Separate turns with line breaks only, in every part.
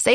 Say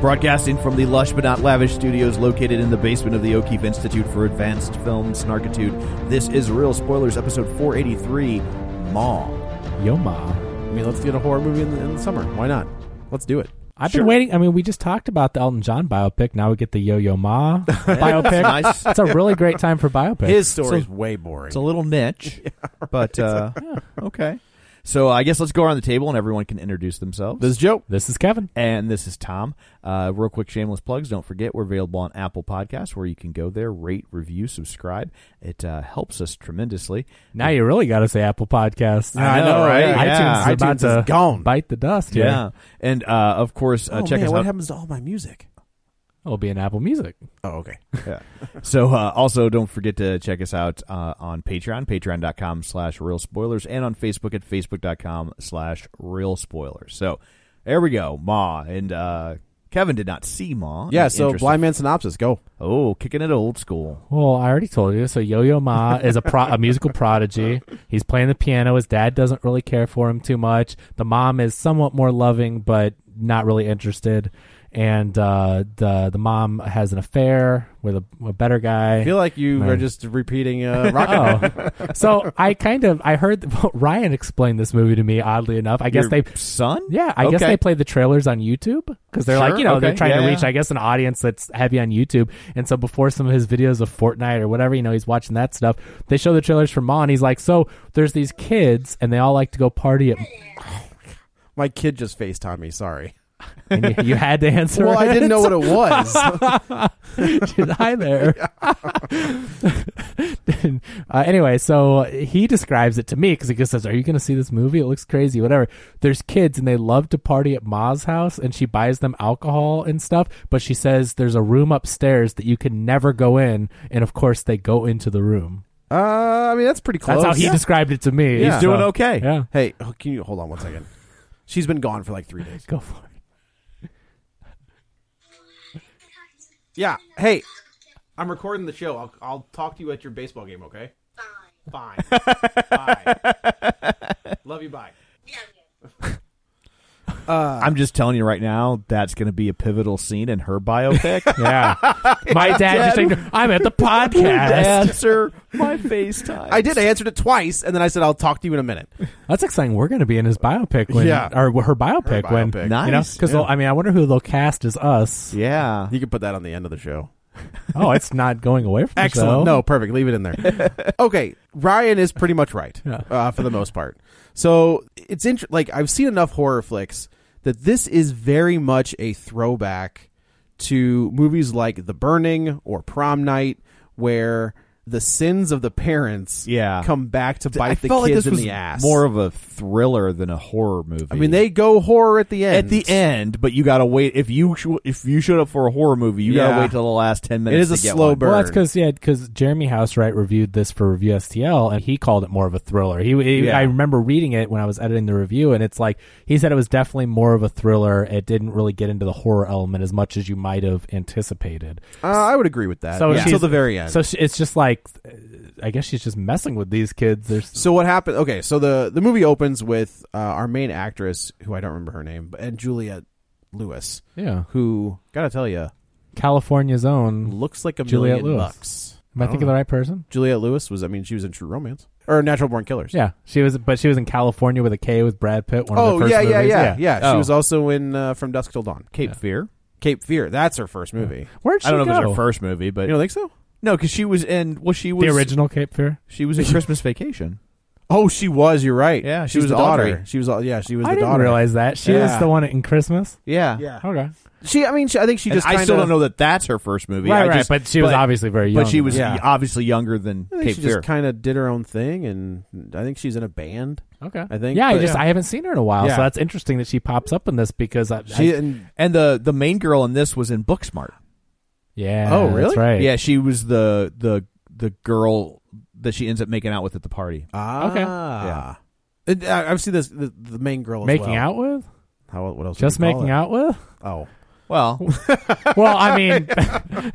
Broadcasting from the lush but not lavish studios located in the basement of the O'Keefe Institute for Advanced Film Snarkitude, this is Real Spoilers, episode 483, Maw.
Yo, ma.
I mean, let's get a horror movie in the, in the summer. Why not? Let's do it.
I've been waiting. I mean, we just talked about the Elton John biopic. Now we get the Yo Yo Ma biopic.
nice.
It's a really great time for biopics.
His story's
way boring.
It's a little niche, but uh, okay. So I guess let's go around the table and everyone can introduce themselves.
this is Joe.
This is Kevin.
And this is Tom. Uh, real quick, shameless plugs. Don't forget, we're available on Apple Podcasts, where you can go there, rate, review, subscribe. It uh, helps us tremendously.
Now you really got to say Apple Podcasts.
I know, right?
iTunes,
Yeah.
is about
iTunes
to
is gone.
Bite the dust. here.
Yeah. And uh, of course, uh,
oh,
check
man,
us
what
out.
happens to all my music?
it'll be in Apple Music.
Oh, okay.
So uh, also don't forget to check us out uh, on Patreon, patreon.com slash real spoilers, and on Facebook at facebook.com slash real spoilers. So there we go, Ma. And uh, Kevin did not see Ma.
Yeah, so
Interesting.
blind man synopsis. Go.
Oh, kicking it old school.
Well, I already told you. So Yo Yo Ma is a pro- a musical prodigy. He's playing the piano. His dad doesn't really care for him too much. The mom is somewhat more loving, but not really interested. And uh, the the mom has an affair with a, a better guy.
I feel like you
Man.
are just repeating uh, rock.
oh, so I kind of I heard Ryan explained this movie to me. Oddly enough, I guess
Your
they.
son?
Yeah, I guess
Okay.
they play the trailers on YouTube because they're like,
Sure,
you know, they're
okay,
trying
yeah,
to reach,
yeah.
I guess, an audience that's heavy on YouTube. And so before some of his videos of Fortnite or whatever, you know, he's watching that stuff. They show the trailers for Ma, and he's like, so there's these kids, and they all like to go party at.
my kid just FaceTimed me. Sorry.
And you, you had to answer.
Well, I
it.
didn't know what it was.
Dude, hi there. uh, anyway, so he describes it to me because he just says, "Are you going to see this movie? It looks crazy. Whatever." There's kids and they love to party at Ma's house, and she buys them alcohol and stuff. But she says there's a room upstairs that you can never go in, and of course they go into the room.
uh, I mean, that's pretty close.
That's how he
Yeah.
described it to me.
He's
So-
Doing okay.
Yeah,
Hey, oh, can you hold on one second? She's been gone for like three days.
go for it.
Yeah. Hey, I'm recording the show. I'll, I'll talk to you at your baseball game, okay? Fine. Fine. bye. Love you. Bye. Uh,
I'm just telling you right now, that's going to be a pivotal scene in her biopic.
Yeah, my dad just. ignored- I'm at the podcast.
Answer my FaceTime.
I did. I answered it twice, and then I said, I'll talk to you in a minute.
That's exciting. We're going to be in his biopic when,
Yeah.
or her biopic,
Her
when,
biopic.
you know,
Nice.
because I mean, I wonder who they'll cast as us.
Yeah.
You can put that on the end of the show.
Oh, it's not going away from the show.
Excellent. No, perfect. Leave it in there. okay, Ryan is pretty much right uh, for the most part. So it's int- like I've seen enough horror flicks that this is very much a throwback to movies like The Burning or Prom Night, where the sins of the parents
Yeah.
come back to bite
I
the
felt like
kids
this
in
was
the ass.
more of a thriller than a horror movie.
I mean, they go horror at the end.
at the end, but you gotta wait. If you sh- if you showed up for a horror movie, you
Yeah.
gotta wait till the last ten minutes.
is a
to get
slow
one.
burn.
Well, that's because yeah, because Jeremy Housewright reviewed this for Review STL, and he called it more of a thriller. He, he-
Yeah.
I remember reading it when I was editing the review, and it's like he said it was definitely more of a thriller. It didn't really get into the horror element as much as you might have anticipated.
Uh, I would agree with that.
So
until
she's-
the very end.
So she, it's just like, uh, I guess she's just messing with these kids. There's
So what happened? Okay, so the the movie opens with uh, our main actress, who I don't remember her name, but and Juliet Lewis,
yeah,
who gotta tell you
California's own.
looks like a
Juliette
million
Lewis.
bucks.
Am I thinking of
Oh.
the right person?
Juliet Lewis was, I mean, she was in True Romance or Natural Born Killers.
Yeah, she was, but she was in California with a K with Brad Pitt. One of the
Oh
first
yeah, yeah,
movies.
yeah, yeah, She
Oh.
was also in uh, From Dusk Till Dawn.
Cape Fear.
Cape Fear. That's her first movie.
Where'd she
I don't know if it
go?
was her first movie, but
You don't think so?
no, because she was in. Well, she was
the original Cape Fear.
She was in Christmas Vacation.
Oh, she was. You're right.
Yeah, she
she was,
was
the
Audrey.
daughter. She was. all- Yeah, she was
I
the
didn't
daughter.
realize that she was
Yeah.
the one in Christmas.
Yeah,
Yeah.
Okay,
She. I mean, she, I think she
And
just.
I still
kinda-
don't know that that's her first movie.
right,
I
right.
just-
but she was obviously very young.
But she was
Yeah.
obviously younger than
I think
Cape
she
Fear.
just kind of did her own thing, and I think she's in a band.
okay.
I think,
Yeah, I
but-
just I haven't seen her in a while,
Yeah.
so that's interesting that she pops up in this because I,
She
I-
and
and the the main girl in this was in Booksmart. Uh,
yeah.
Oh, really?
That's right.
Yeah, she was the the the girl that she ends up making out with at the party.
Ah,
Okay.
Yeah. And, uh, I've seen this the, the main girl as
Making
well.
out with?
How what else? would
Just
you call
making
it?
out with?
Oh,
Well,
Well, I mean,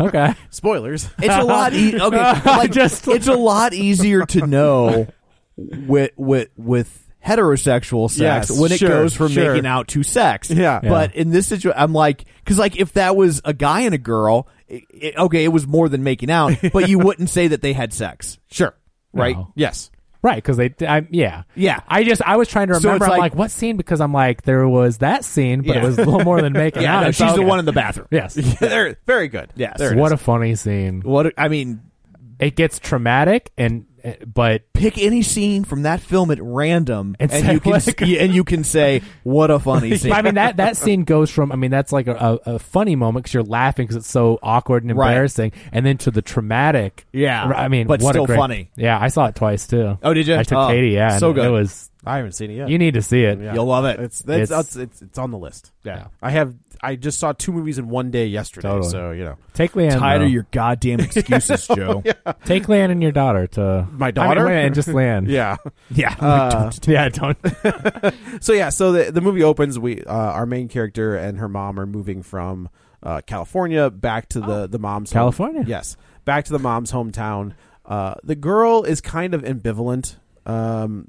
okay.
spoilers.
It's a lot. E- okay, like,
Just-
it's a lot easier to know with with with heterosexual sex
Yes,
when it
sure,
goes from
sure.
making out to sex.
Yeah. Yeah.
But in this situation, I'm like, because like if that was a guy and a girl, it, it- okay, it was more than making out, but you wouldn't say that they had sex,
sure.
right?
No.
Yes.
Right, because they, I, yeah,
Yeah.
I just, I was trying to
So
remember.
it's
I'm
like-
like, what scene? Because I'm like, there was that scene, but it
Yeah.
was a little more than making
Yeah,
out.
no,
It's
she's the
okay.
one in the bathroom.
Yes.
There. Very good.
Yes.
There it
What
is.
a funny scene.
What I mean,
It gets traumatic, and but
pick any scene from that film at random,
And
and,
say,
you can
like-
s- and you can say what a funny scene.
I mean that that scene goes from I mean that's like a, a, a funny moment because you're laughing because it's so awkward and
Right.
embarrassing, and then to the traumatic.
Yeah.
I mean,
But
what a
still
great-
funny.
Yeah, I saw it twice too.
Oh, did you?
I took
Oh,
Katie. Yeah,
so
and
good.
It was
I haven't seen it yet.
you need to see it.
Yeah.
You'll love it.
It's that's,
It's-
it's, it's it's on the list.
Yeah.
I have. I just saw two movies in one day yesterday.
Totally.
So you know,
Take Leanne.
Tired
though.
of your goddamn excuses, Joe.
Take Leanne and your daughter to
My
I mean,
daughter?
Leanne and just Leanne.
yeah.
Yeah.
Uh,
yeah, don't.
So yeah. So the the movie opens. We uh, our main character and her mom are moving from uh, California back to the the mom's home-
California.
Yes, back to the mom's hometown. Uh, the girl is kind of ambivalent. Um,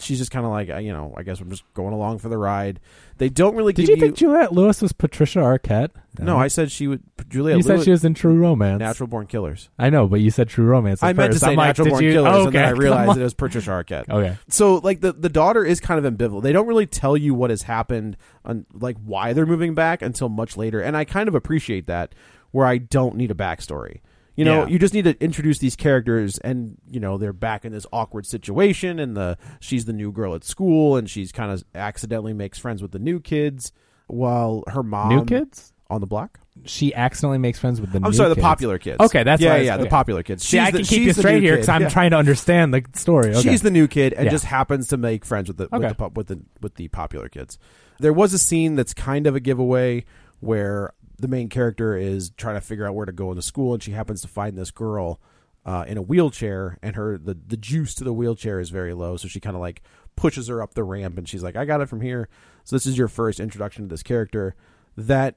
she's just kind of like uh, you know. I guess I'm just going along for the ride. They don't really
Did
give
you think Juliette Lewis was Patricia Arquette?
no, I said she would. Julia
You said she was in True Romance.
Natural Born Killers.
I know, but you said True Romance. at
I meant to
first.
say
I'm like,
Natural
did
Born
you?
Killers,
okay,
and then I
come
realized
on.
that it was Patricia Arquette.
Okay.
So like the the daughter is kind of ambivalent. They don't really tell you what has happened on like why they're moving back until much later, and I kind of appreciate that where I don't need a backstory. You know,
Yeah.
you just need to introduce these characters, and you know they're back in this awkward situation, and the she's the new girl at school, and she's kind of accidentally makes friends with the new kids, while her mom
New kids.
on the block.
she accidentally makes friends with the.
um, I'm
new
sorry, the
kids.
popular kids.
Okay, that's
yeah,
what I was-
yeah,
okay.
the popular kids.
See, I
She's the-
can keep you
she's the
straight
new
here
kid.
because I'm
Yeah.
trying to understand the story. Okay.
She's the new kid and
Yeah.
just happens to make friends with the with
Okay.
the pop- with the with the popular kids. There was a scene that's kind of a giveaway where the main character is trying to figure out where to go into school, and she happens to find this girl uh, in a wheelchair, and her the the juice to the wheelchair is very low, so she kind of like pushes her up the ramp, and she's like, "I got it from here." So this is your first introduction to this character that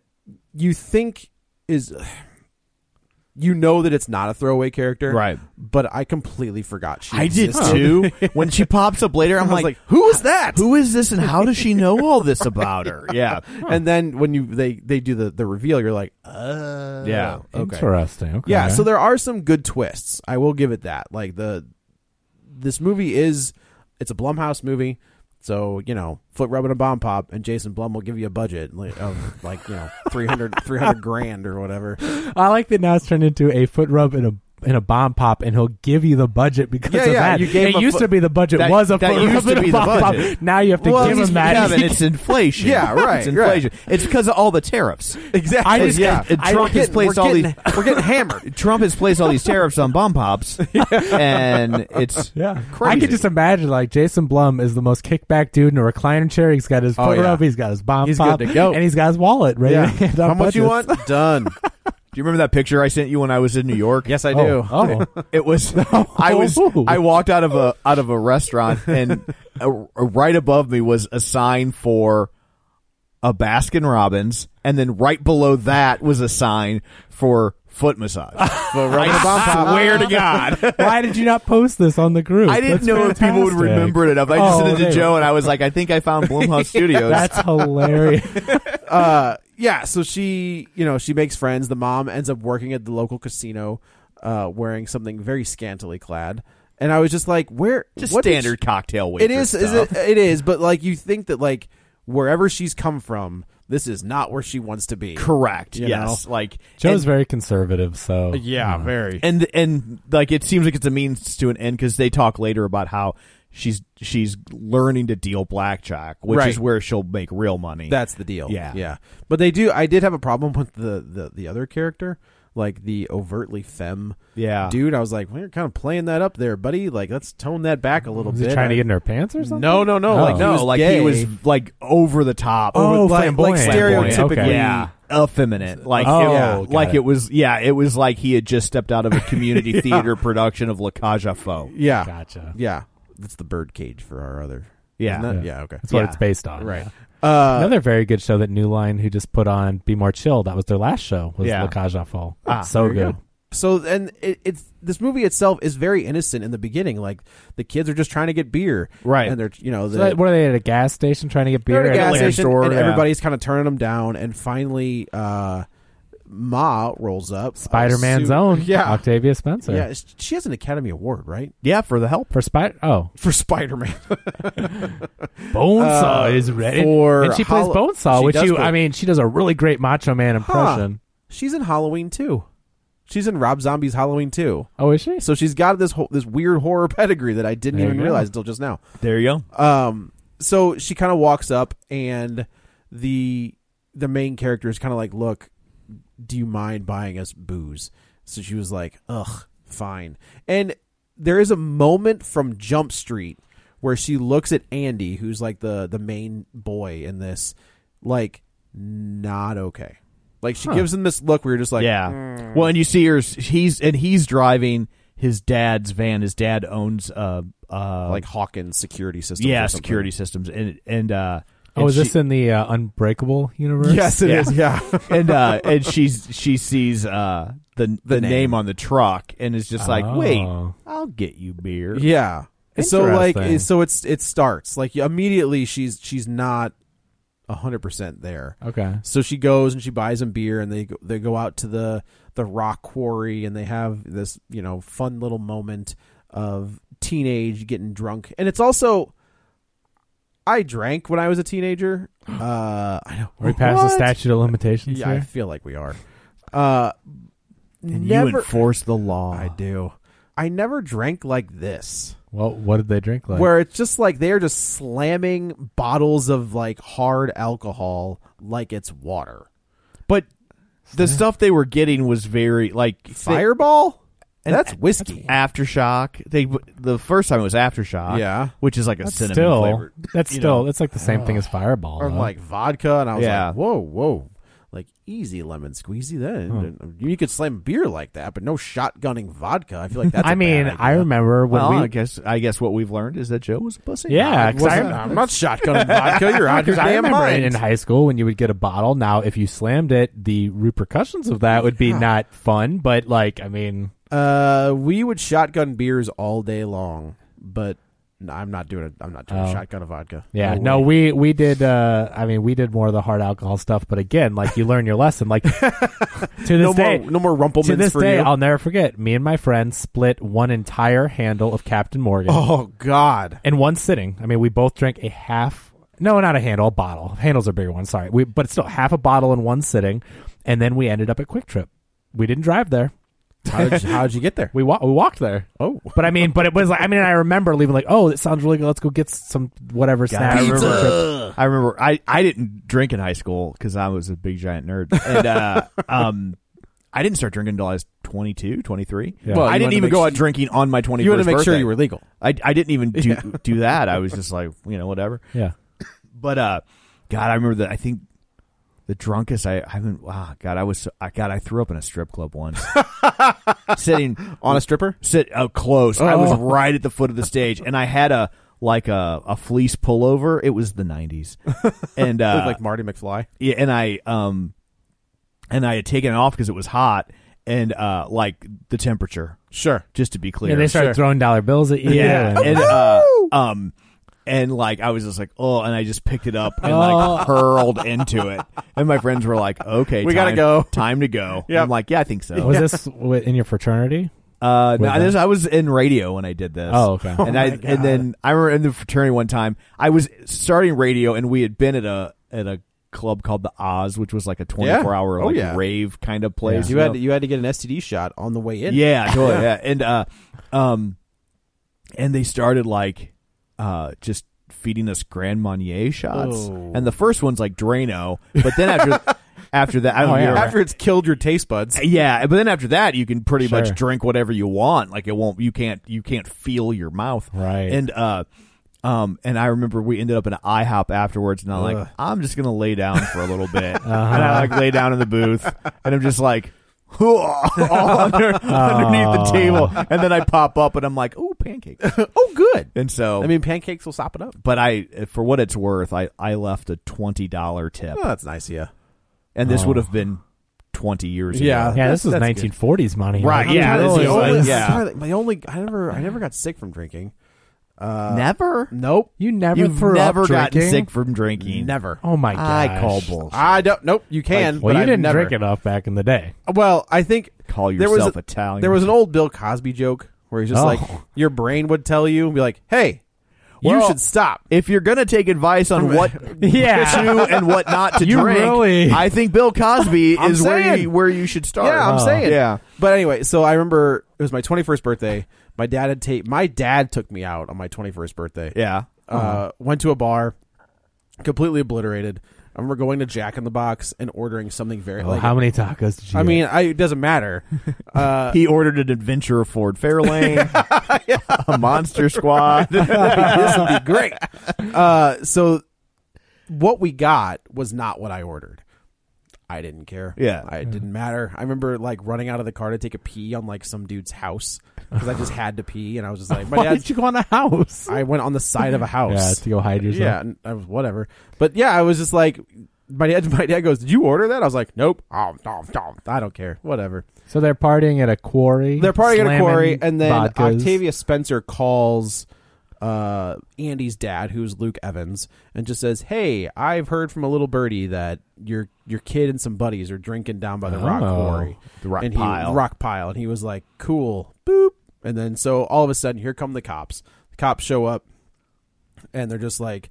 you think is. You know that it's not a throwaway character,
Right.
But I completely forgot she.
I did
existed.
too. When she pops up later, I'm
I was
like,
like, "Who is that?"
Who is this, and how does she know all this about her? Yeah,
And then when you they they do the the reveal, you're like, oh,
Yeah.
okay,
Interesting. Okay.
yeah. So there are some good twists. I will give it that. Like the this movie is it's a Blumhouse movie, so you know foot rubbing a bomb pop, and Jason Blum will give you a budget like, of like you know 300, 300 grand or whatever.
I like that now it's turned into a foot rub and a in a bomb pop, and he'll give you the budget because
Yeah,
of
yeah,
that.
you gave
it
him a
used
fu-
to be the budget
That-
was a
that
photo
used
of
to
a
be the
bomb pop.
budget.
Now you have to
well,
give him that.
Kevin, it's inflation.
Yeah, right,
It's inflation. It's because of all the tariffs.
Exactly.
I
It's-
just-
yeah,
I- we're
Trump has
getting-
placed
we're
all these.
getting- we're getting hammered.
Trump has placed all these tariffs on bomb pops, and it's
Yeah,
crazy.
I can just imagine like Jason Blum is the most kickback dude in a recliner chair. He's got his
Oh,
phone
yeah.
up, he's got his bomb
He's
pop,
good to go.
and he's got his wallet ready.
Yeah.
to hand
How
out
much you
budgets.
want? Done.
Do you remember that picture I sent you when I was in New York?
Yes, I do.
Oh, oh.
It was I was
Oh.
I walked out of a out of a restaurant and uh right above me was a sign for a Baskin Robbins and then right below that was a sign for foot massage. I swear to God.
oh. Why did you not post this on the group?
I didn't
That's
know if people would
fantastic.
remember it enough. I just
Oh,
sent it
they-
to Joe and I was like, I think I found Blumhouse Studios.
That's hilarious.
uh, yeah, so she, you know, she makes friends. The mom ends up working at the local casino, uh, wearing something very scantily clad. And I was just like, where?
just
what did
standard
she-
cocktail
It
waitress
is, is
stuff.
it, it is, but like you think that like wherever she's come from, this is not where she wants to be.
correct.
You
yes. Like
Joe's
and-
very conservative, so
Yeah,
Mm-hmm.
very.
and and like it seems like it's a means to an end because they talk later about how she's she's learning to deal blackjack, which
Right.
is where she'll make real money.
That's the deal.
Yeah.
yeah. But they do. I did have a problem with the the, the other character, like the overtly femme.
Yeah.
dude. I was like, we're kind of playing that up there, buddy. Like, let's tone that back a little
Was
bit.
he trying to
I-
get in her pants or something?
No, no, no.
Oh.
Like,
no,
he was
like
gay.
he was like over the top,
Oh,
over, like,
flamboyant.
like
Flamboyant,
stereotypically
okay.
yeah, effeminate. Like
Oh,
it,
yeah, got
like
it.
it. was yeah, it was like he had just stepped out of a community theater production of La Cage aux Folles.
Yeah,
Gotcha.
Yeah, that's the birdcage for our other.
Yeah.
isn't it?
Yeah.
yeah. Okay.
That's what
Yeah.
it's based on.
Right.
Yeah.
Uh,
Another very good show that New Line, who just put on Be More Chill, that was their last show, was
Yeah.
La Cage aux Folles.
Ah,
so
there you
good.
go.
so and it, it's this movie itself is very innocent in the beginning. Like the kids are just trying to get beer,
Right.
And they're you know
So
the,
that, what are they at a gas station trying to get beer?
They're at
And
a gas
like-
station,
store,
and
yeah.
everybody's kind of turning them down. And finally, uh, Ma rolls up.
Spider-Man's
Uh,
own,
yeah,
Octavia Spencer.
yeah. sh- She has an Academy Award, right?
Yeah, for the help.
For Spider, oh,
For Spider Man,
Bonesaw
Uh,
is ready,
for
and she plays
Hol-
Bonesaw,
she
which
does
you,
play-
I mean, she does a really great Macho Man impression.
she's in Halloween too. She's in Rob Zombie's Halloween too.
Oh, is she?
So she's got this whole, this weird horror pedigree that I didn't
There
even
you go.
realize until just now.
There you go.
Um, so she kind of walks up, and the the main character is kind of like, "Look, do you mind buying us booze?" So she was like, "Ugh, fine." And there is a moment from Jump Street where she looks at Andy, who's like the the main boy in this, like not okay. Like she gives him this look where you're just like,
yeah. Well, and you see her. He's and he's driving his dad's van. His dad owns uh uh
like Hawkins security system.
yeah security systems and and uh
oh,
and
is this
she-
in the uh, Unbreakable universe?
Yes, it
Yeah.
is. yeah.
and uh and she's she sees uh the the, name. on the truck and is just like wait
Oh.
i'll get you beer
Yeah. So
Interesting.
like so it's it starts like immediately she's she's not hundred percent there.
Okay.
So she goes and she buys him beer and they go, they go out to the the rock quarry and they have this you know fun little moment of teenage getting drunk and it's also I drank when I was a teenager. Uh, I know
Are we past the
What?
statute of limitations
Yeah, I
here?
feel like we are. Uh,
and
never
you enforce the law
I do. I never drank like this.
Well, what did they drink like?
where it's just like they're just slamming bottles of like hard alcohol like it's water.
but the stuff they were getting was very like thi-
Fireball?
and-
that's whiskey.
aftershock they the first time it was aftershock
Yeah.
which is like a
that's
cinnamon
still,
flavor
that's
you
still,
know.
that's like the same thing as Fireball.
or
though.
like vodka and I was
Yeah.
like, "Whoa, whoa." Like easy lemon squeezy then. uh, You could slam beer like that, but no shotgunning vodka. I feel like that's a
I mean,
bad
I
idea.
remember when
well,
we
I guess I guess what we've learned is that Joe was a pussy.
Yeah,
It
'cause
wasn't-
I-
I'm not shotgunning vodka. You're out of your
Because I
damn
remember
mind.
in high school when you would get a bottle. Now, if you slammed it, the repercussions of that would be not fun. But like, I mean,
Uh, we would shotgun beers all day long, but no, I'm not doing it. I'm not doing a
Oh.
shotgun of vodka.
yeah, no, we
way.
we did. Uh, I mean, we did more of the hard alcohol stuff. But again, like you learn your lesson. Like to this
no
day,
more, no more Rumplemans
to this
for
day,
you.
I'll never forget. Me and my friend split one entire handle of Captain Morgan
Oh God!
in one sitting. I mean, we both drank a half. No, not a handle, a bottle. Handles are bigger ones. Sorry, we but still half a bottle in one sitting, and then we ended up at Quick Trip. We didn't drive there.
How did you, how'd you get there?
We, wa- we walked there.
Oh.
But I mean, but it was like, I mean, I remember leaving like, oh, that sounds really good. Let's go get some whatever snack.
I
Road trip.
remember, I remember. I I didn't drink in high school because I was a big giant nerd, and uh, um, I didn't start drinking until I was 22, 23. I
Well, you
didn't
wanted to
even
make
go
su-
out drinking on my twenty.
You wanted to make sure you were legal.
I I didn't even do do that. I was just like you know whatever.
Yeah.
But uh, God, I remember that. I think the drunkest I I haven't. Wow, God, I was. so- I God, I threw up in a strip club once, sitting
On a stripper?
sit oh, close. I was right at the foot of the stage, and I had a like a, a fleece pullover. It was the '90s, and uh,
Looked like Marty McFly.
yeah, and I um, and I had taken it off because it was hot, and uh, like the temperature.
Sure.
Just to be clear,
Yeah, they started throwing dollar bills at you.
yeah,
and-
and uh, um, and like I was just like, oh, and I just picked it up and like hurled into it, and my friends were like, okay,
We gotta
time-
go.
time to go.
Yep.
I'm like, yeah, I think
Oh.
so.
was this wi- in your fraternity?
Uh, no,
With
this, I was in radio when I did this.
Oh, okay. Oh
And I and then I remember in the fraternity one time I was starting radio, and we had been at a at a club called the Oz, which was like a twenty four hour
Oh,
like
yeah.
rave kind of place.
You
know?
had to, you had to get an STD shot on the way in.
Yeah, totally. yeah. And uh um and they started like uh just feeding us Grand Marnier shots.
Oh.
And the first one's like Drano, but then after after that I don't know.
Oh,
Uh,
After it's killed your taste buds.
yeah, but then after that you can pretty
Sure.
much drink whatever you want. Like it won't you can't you can't feel your mouth.
Right.
And uh um and I remember we ended up in an IHOP afterwards and I'm
Ugh.
like, I'm just gonna lay down for a little bit.
Uh-huh.
And I like lay down in the booth and I'm just like all under, underneath the table, and then I pop up and I'm like, "Ooh, pancake!"
Oh, good.
And so,
I mean, pancakes will sop it up.
but I, for what it's worth, I I left a twenty dollar tip,
Oh, that's nice, yeah.
and this would
Oh.
have been twenty years ago.
Yeah,
Uh-huh. That's-
this was
that's
1940s money.
Right,
Like,
yeah,
I'm
this
really
is
like-
only-
Only-
yeah.
I'm trying to think. My only, I never, I never got sick from drinking.
Uh, never.
Nope.
you never
You've
threw
never
up
gotten
drinking?
sick from drinking.
Never.
Oh my
I
god!
call bull.
I don't. Nope. You can.
Well,
but
you
I've
didn't
never.
drink enough back in the day.
Well, I think
Call
there was
yourself
a,
Italian.
There was an old Bill Cosby joke where he's just
Oh.
like, your brain would tell you, and be like, "Hey, you
Well,
should stop."
If you're gonna take advice on what
Yeah.
to and what not to
You
drink,
really-
I think Bill Cosby
I'm
is where
saying.
you, where you should start.
Yeah, I'm
Oh.
saying.
Yeah.
Uh-huh. But anyway, so I remember it was my 21st birthday. My dad had ta- my dad took me out on my 21st birthday.
yeah.
Uh, went to a bar, completely obliterated. I remember going to Jack in the Box and ordering something very
Well,
like
Oh, how many tacos did you?
I
eat?
mean, I, it doesn't matter. Uh,
he ordered an adventure of Ford Fairlane, a Monster Squad.
this would be great. Uh, so, what we got was not what I ordered. I didn't care.
Yeah.
I, it didn't matter. I remember like running out of the car to take a pee on like some dude's house because I just had to pee, and I was just like, my
why
dad.
did you go on a house?
I went on the side of a
Yeah,
house.
to go hide yourself.
yeah, and I was whatever. But yeah, I was just like, my dad. My dad goes, "Did you order that?" I was like, "Nope. Oh, no, no, I don't care. Whatever."
So they're partying at a quarry.
They're partying at a
slamming
quarry, and then
vodkas.
Octavia Spencer calls uh, Andy's dad, who's Luke Evans, and just says, "Hey, I've heard from a little birdie that your your kid and some buddies are drinking down by the rock
Oh.
quarry,
The rock
and he,
pile.
rock pile." And he was like, "Cool, boop." And then so all of a sudden, here come the cops. The cops show up, and they're just like,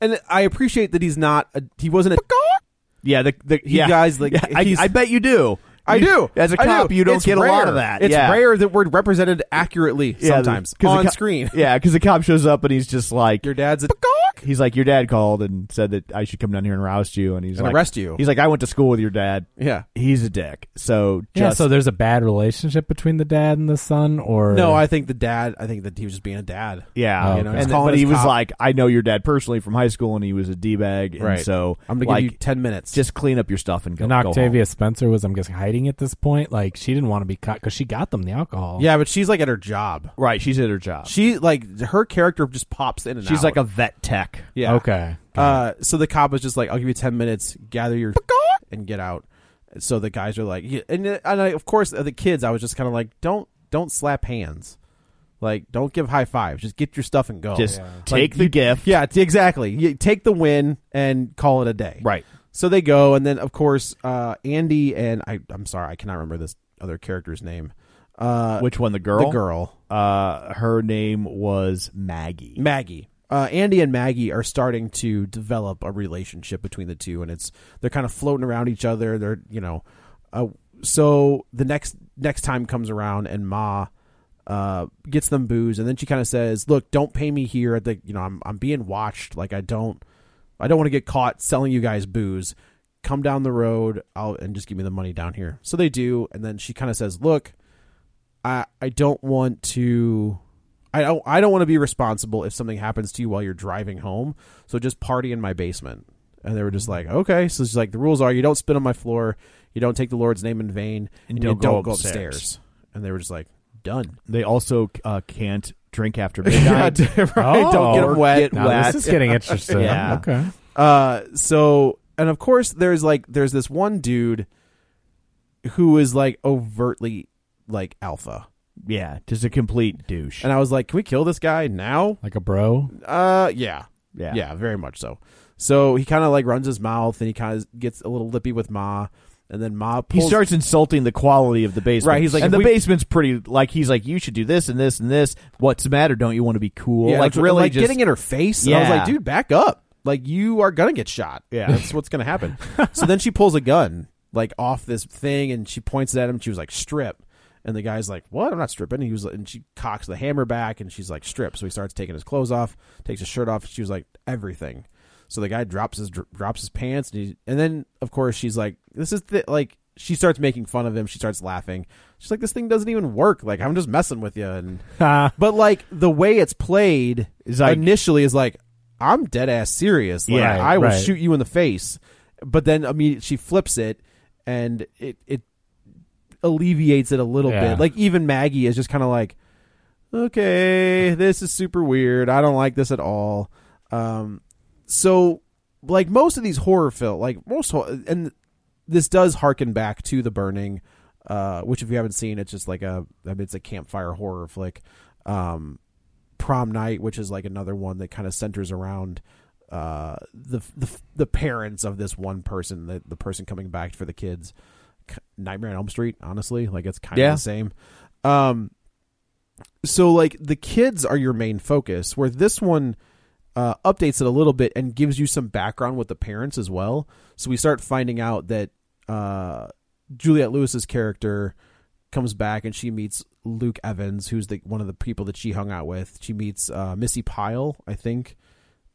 and I appreciate that he's not a, he wasn't a
Yeah, the, the
He
yeah.
guys, like,
Yeah, I,
he's-
I bet you do.
I
You-
do.
As a
I
cop,
do.
you don't
It's
get a lot
rare.
of that.
It's
yeah.
rare that we're represented accurately
Yeah, the-
sometimes
'cause the
on
co-
screen.
Yeah, because the cop shows up and he's just like,
Your dad's a
he's like, your dad called and said that I should come down here and roust you, and he's
And
like,
arrest you.
He's like, I went to school with your dad.
yeah.
He's a dick. So just
yeah. So there's a bad relationship between the dad and the son, or
No, I think the dad. I think that he was just being a dad.
Yeah,
Oh,
you know,
okay.
he's
and then,
calling
but
his
he was
cop.
like, I know your dad personally from high school, and he was a d bag, and
right.
so
I'm gonna
like,
give you ten minutes.
just clean up your stuff and go.
and
go home.
Octavia Spencer was, I'm guessing, hiding at this point. Like she didn't want to be caught because she got them the alcohol.
yeah, but she's like at her job.
right? She's at her job.
She like her character just pops in and
She's
out.
like a vet tech.
yeah.
Okay.
Uh, so the cop was just like, "I'll give you ten minutes. Gather your and get out." So the guys are like, yeah, and and I, of course uh, the kids. I was just kind of like, "Don't don't slap hands, like don't give high fives. Just get your stuff and go.
Just
Oh, Like,
take the
you-
gift.
Yeah, t- exactly. You take the win and call it a day.
Right.
So they go, and then of course uh, Andy and I. I'm sorry, I cannot remember this other character's name. Uh,
Which one? The girl.
The girl.
Uh, her name was Maggie.
Maggie. Uh, Andy and Maggie are starting to develop a relationship between the two, and it's they're kind of floating around each other. They're you know, uh, so the next next time comes around and Ma uh, gets them booze, and then she kind of says, "Look, don't pay me here. At the you know, I'm I'm being watched. Like I don't, I don't want to get caught selling you guys booze. Come down the road, I'll and just give me the money down here." So they do, and then she kind of says, "Look, I I don't want to." I don't. I don't want to be responsible if something happens to you while you're driving home. So just party in my basement. And they were just
Mm-hmm.
like, okay. So she's like, the rules are you don't spit on my floor, you don't take the Lord's name in vain,
And
and,
don't
you
go
don't go
upstairs."
upstairs. And they were just like, done.
They also uh, can't drink after midnight.
right. Don't get
Or
'em wet.
get
Now
wet.
this is getting interesting.
Yeah.
Okay.
Uh, so, and of course, there's like, there's this one dude who is like overtly like alpha.
yeah, just a complete douche.
And I was like, can we kill this guy now?
Like a bro.
Uh, yeah.
yeah,
Yeah, very much so. So he kind of like runs his mouth and he kind of gets a little lippy with Ma. And then Ma
He
pulls
starts insulting the quality of the basement.
Right, he's like,
and
if
the
we-
basement's pretty. Like, he's like, you should do this and this and this. What's the matter? Don't you want to be cool?
Yeah,
like,
that's what-
really,
like
just
getting in her face. And I was
Yeah.
like, dude, back up. Like you are gonna get shot.
Yeah.
that's what's gonna happen. so then she pulls a gun like off this thing and she points it at him. She was like, strip. And the guy's like, "What? I'm not stripping." He was, and she cocks the hammer back, and she's like, "Strip." So he starts taking his clothes off, takes his shirt off. She was like, "Everything." So the guy drops his dr- drops his pants, and, he, and then of course she's like, "This is the, like." She starts making fun of him. She starts laughing. She's like, "This thing doesn't even work. Like I'm just messing with you." And but like the way it's played
Is like-
initially is like I'm dead ass serious. Like,
Yeah,
I will
right.
shoot you in the face. But then immediately she flips it, and it it alleviates it a little
Yeah.
bit. Like even Maggie is just kind of like, okay, this is super weird. I don't like this at all. Um, so like most of these horror film, like most hor- and this does harken back to the burning uh which if you haven't seen it's just like a I mean, it's a campfire horror flick um prom night which is like another one that kind of centers around uh the the, the parents of this one person the, the person coming back for the kids K- nightmare on elm street honestly like it's kind of
Yeah.
the same um so like the kids are your main focus where this one uh, updates it a little bit and gives you some background with the parents as well. So we start finding out that uh, Juliet Lewis's character comes back and she meets Luke Evans, who's the one of the people that she hung out with. She meets uh, Missy Pyle, I think,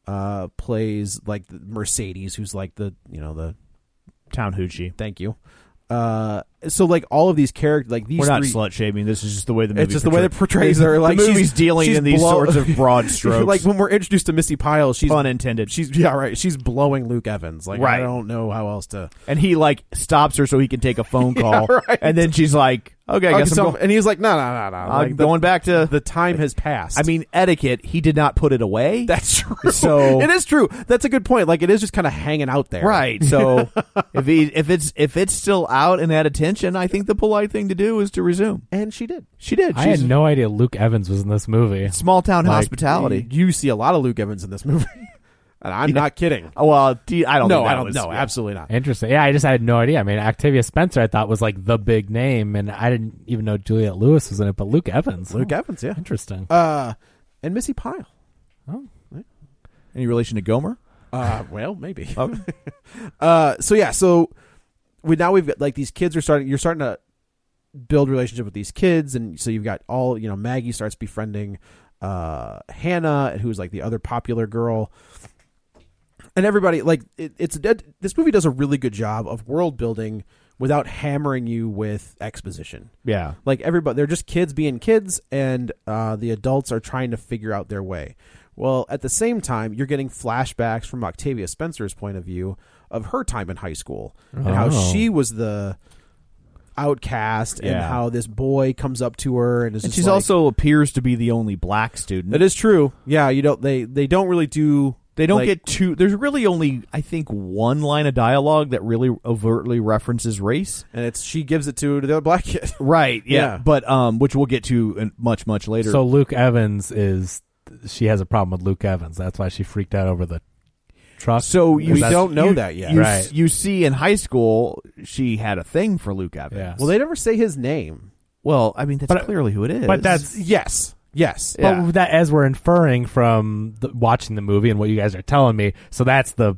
uh, plays like the Mercedes, who's like the you know the
town hoochie.
thank you. Uh, so like all of these characters, like these
We're not
three,
slut shaming. This is just the way the movie.
it's just the way that portrays
The
her. Like
movie's
she's,
dealing
she's
in these
blow-
sorts of broad strokes.
like when we're introduced to Missy Pyle, she's
pun intended.
She's yeah, right. She's blowing Luke Evans. Like
Right.
I don't know how else to.
and he like stops her so he can take a phone call.
right.
And then she's like, okay, I
Okay,
guess
so-
I'm, go-
and he's like, no, no, no, no.
I'm
Like, the,
going back to
the time has passed.
I mean, etiquette. He did not put it away.
that's true.
So-
it is true. That's a good point. Like it is just kind of hanging out there,
Right. So if he if it's if it's still out and at attention, I think the polite thing to do is to resume.
And she did.
She did.
I had no idea Luke Evans was in this movie.
small town
Like,
hospitality.
You, you see a lot of Luke Evans in this movie, and I'm not kidding.
Oh, well, do you- I don't.
no,
think that
I don't.
was-
no,
yeah.
absolutely not.
Interesting. Yeah, I just had no idea. I mean, Octavia Spencer, I thought was like the big name, and I didn't even know Juliet Lewis was in it. But Luke Evans,
Luke
oh,
Evans,
E-
yeah.
interesting.
Uh, and Missy Pyle.
Any relation to Gomer?
Uh, well, maybe.
Okay.
uh, so yeah, so we now we've got like these kids are starting. You're starting to build relationship with these kids, and so you've got all you know. Maggie starts befriending uh, Hannah, who's like the other popular girl, and everybody like it, it's it, this movie does a really good job of world building without hammering you with exposition
Yeah.
like everybody they're just kids being kids and uh, the adults are trying to figure out their way well at the same time you're getting flashbacks from octavia spencer's point of view of her time in high school and how
Oh.
she was the outcast and
Yeah.
how this boy comes up to her and is
And
just
she's
like-
also appears to be the only black student.
that is true yeah you don't they they don't really do
They don't
like-
get too. There's really only, I think, one line of dialogue that really overtly references race.
and it's she gives it to the other black kid
Right.
yeah.
But um, which we'll get to in much much later.
So Luke Evans is she has a problem with Luke Evans. That's why she freaked out over the truck.
So you
We
s-
don't know
you-
that yet.
You,
Right.
s- you see, in high school, she had a thing for Luke Evans.
Yeah.
well they never say his name
Well, I mean, that's
uh,
But-
clearly who it is.
but that's
yes yes
but
Yeah.
that as we're inferring from the, watching the movie and what you guys are telling me. So that's the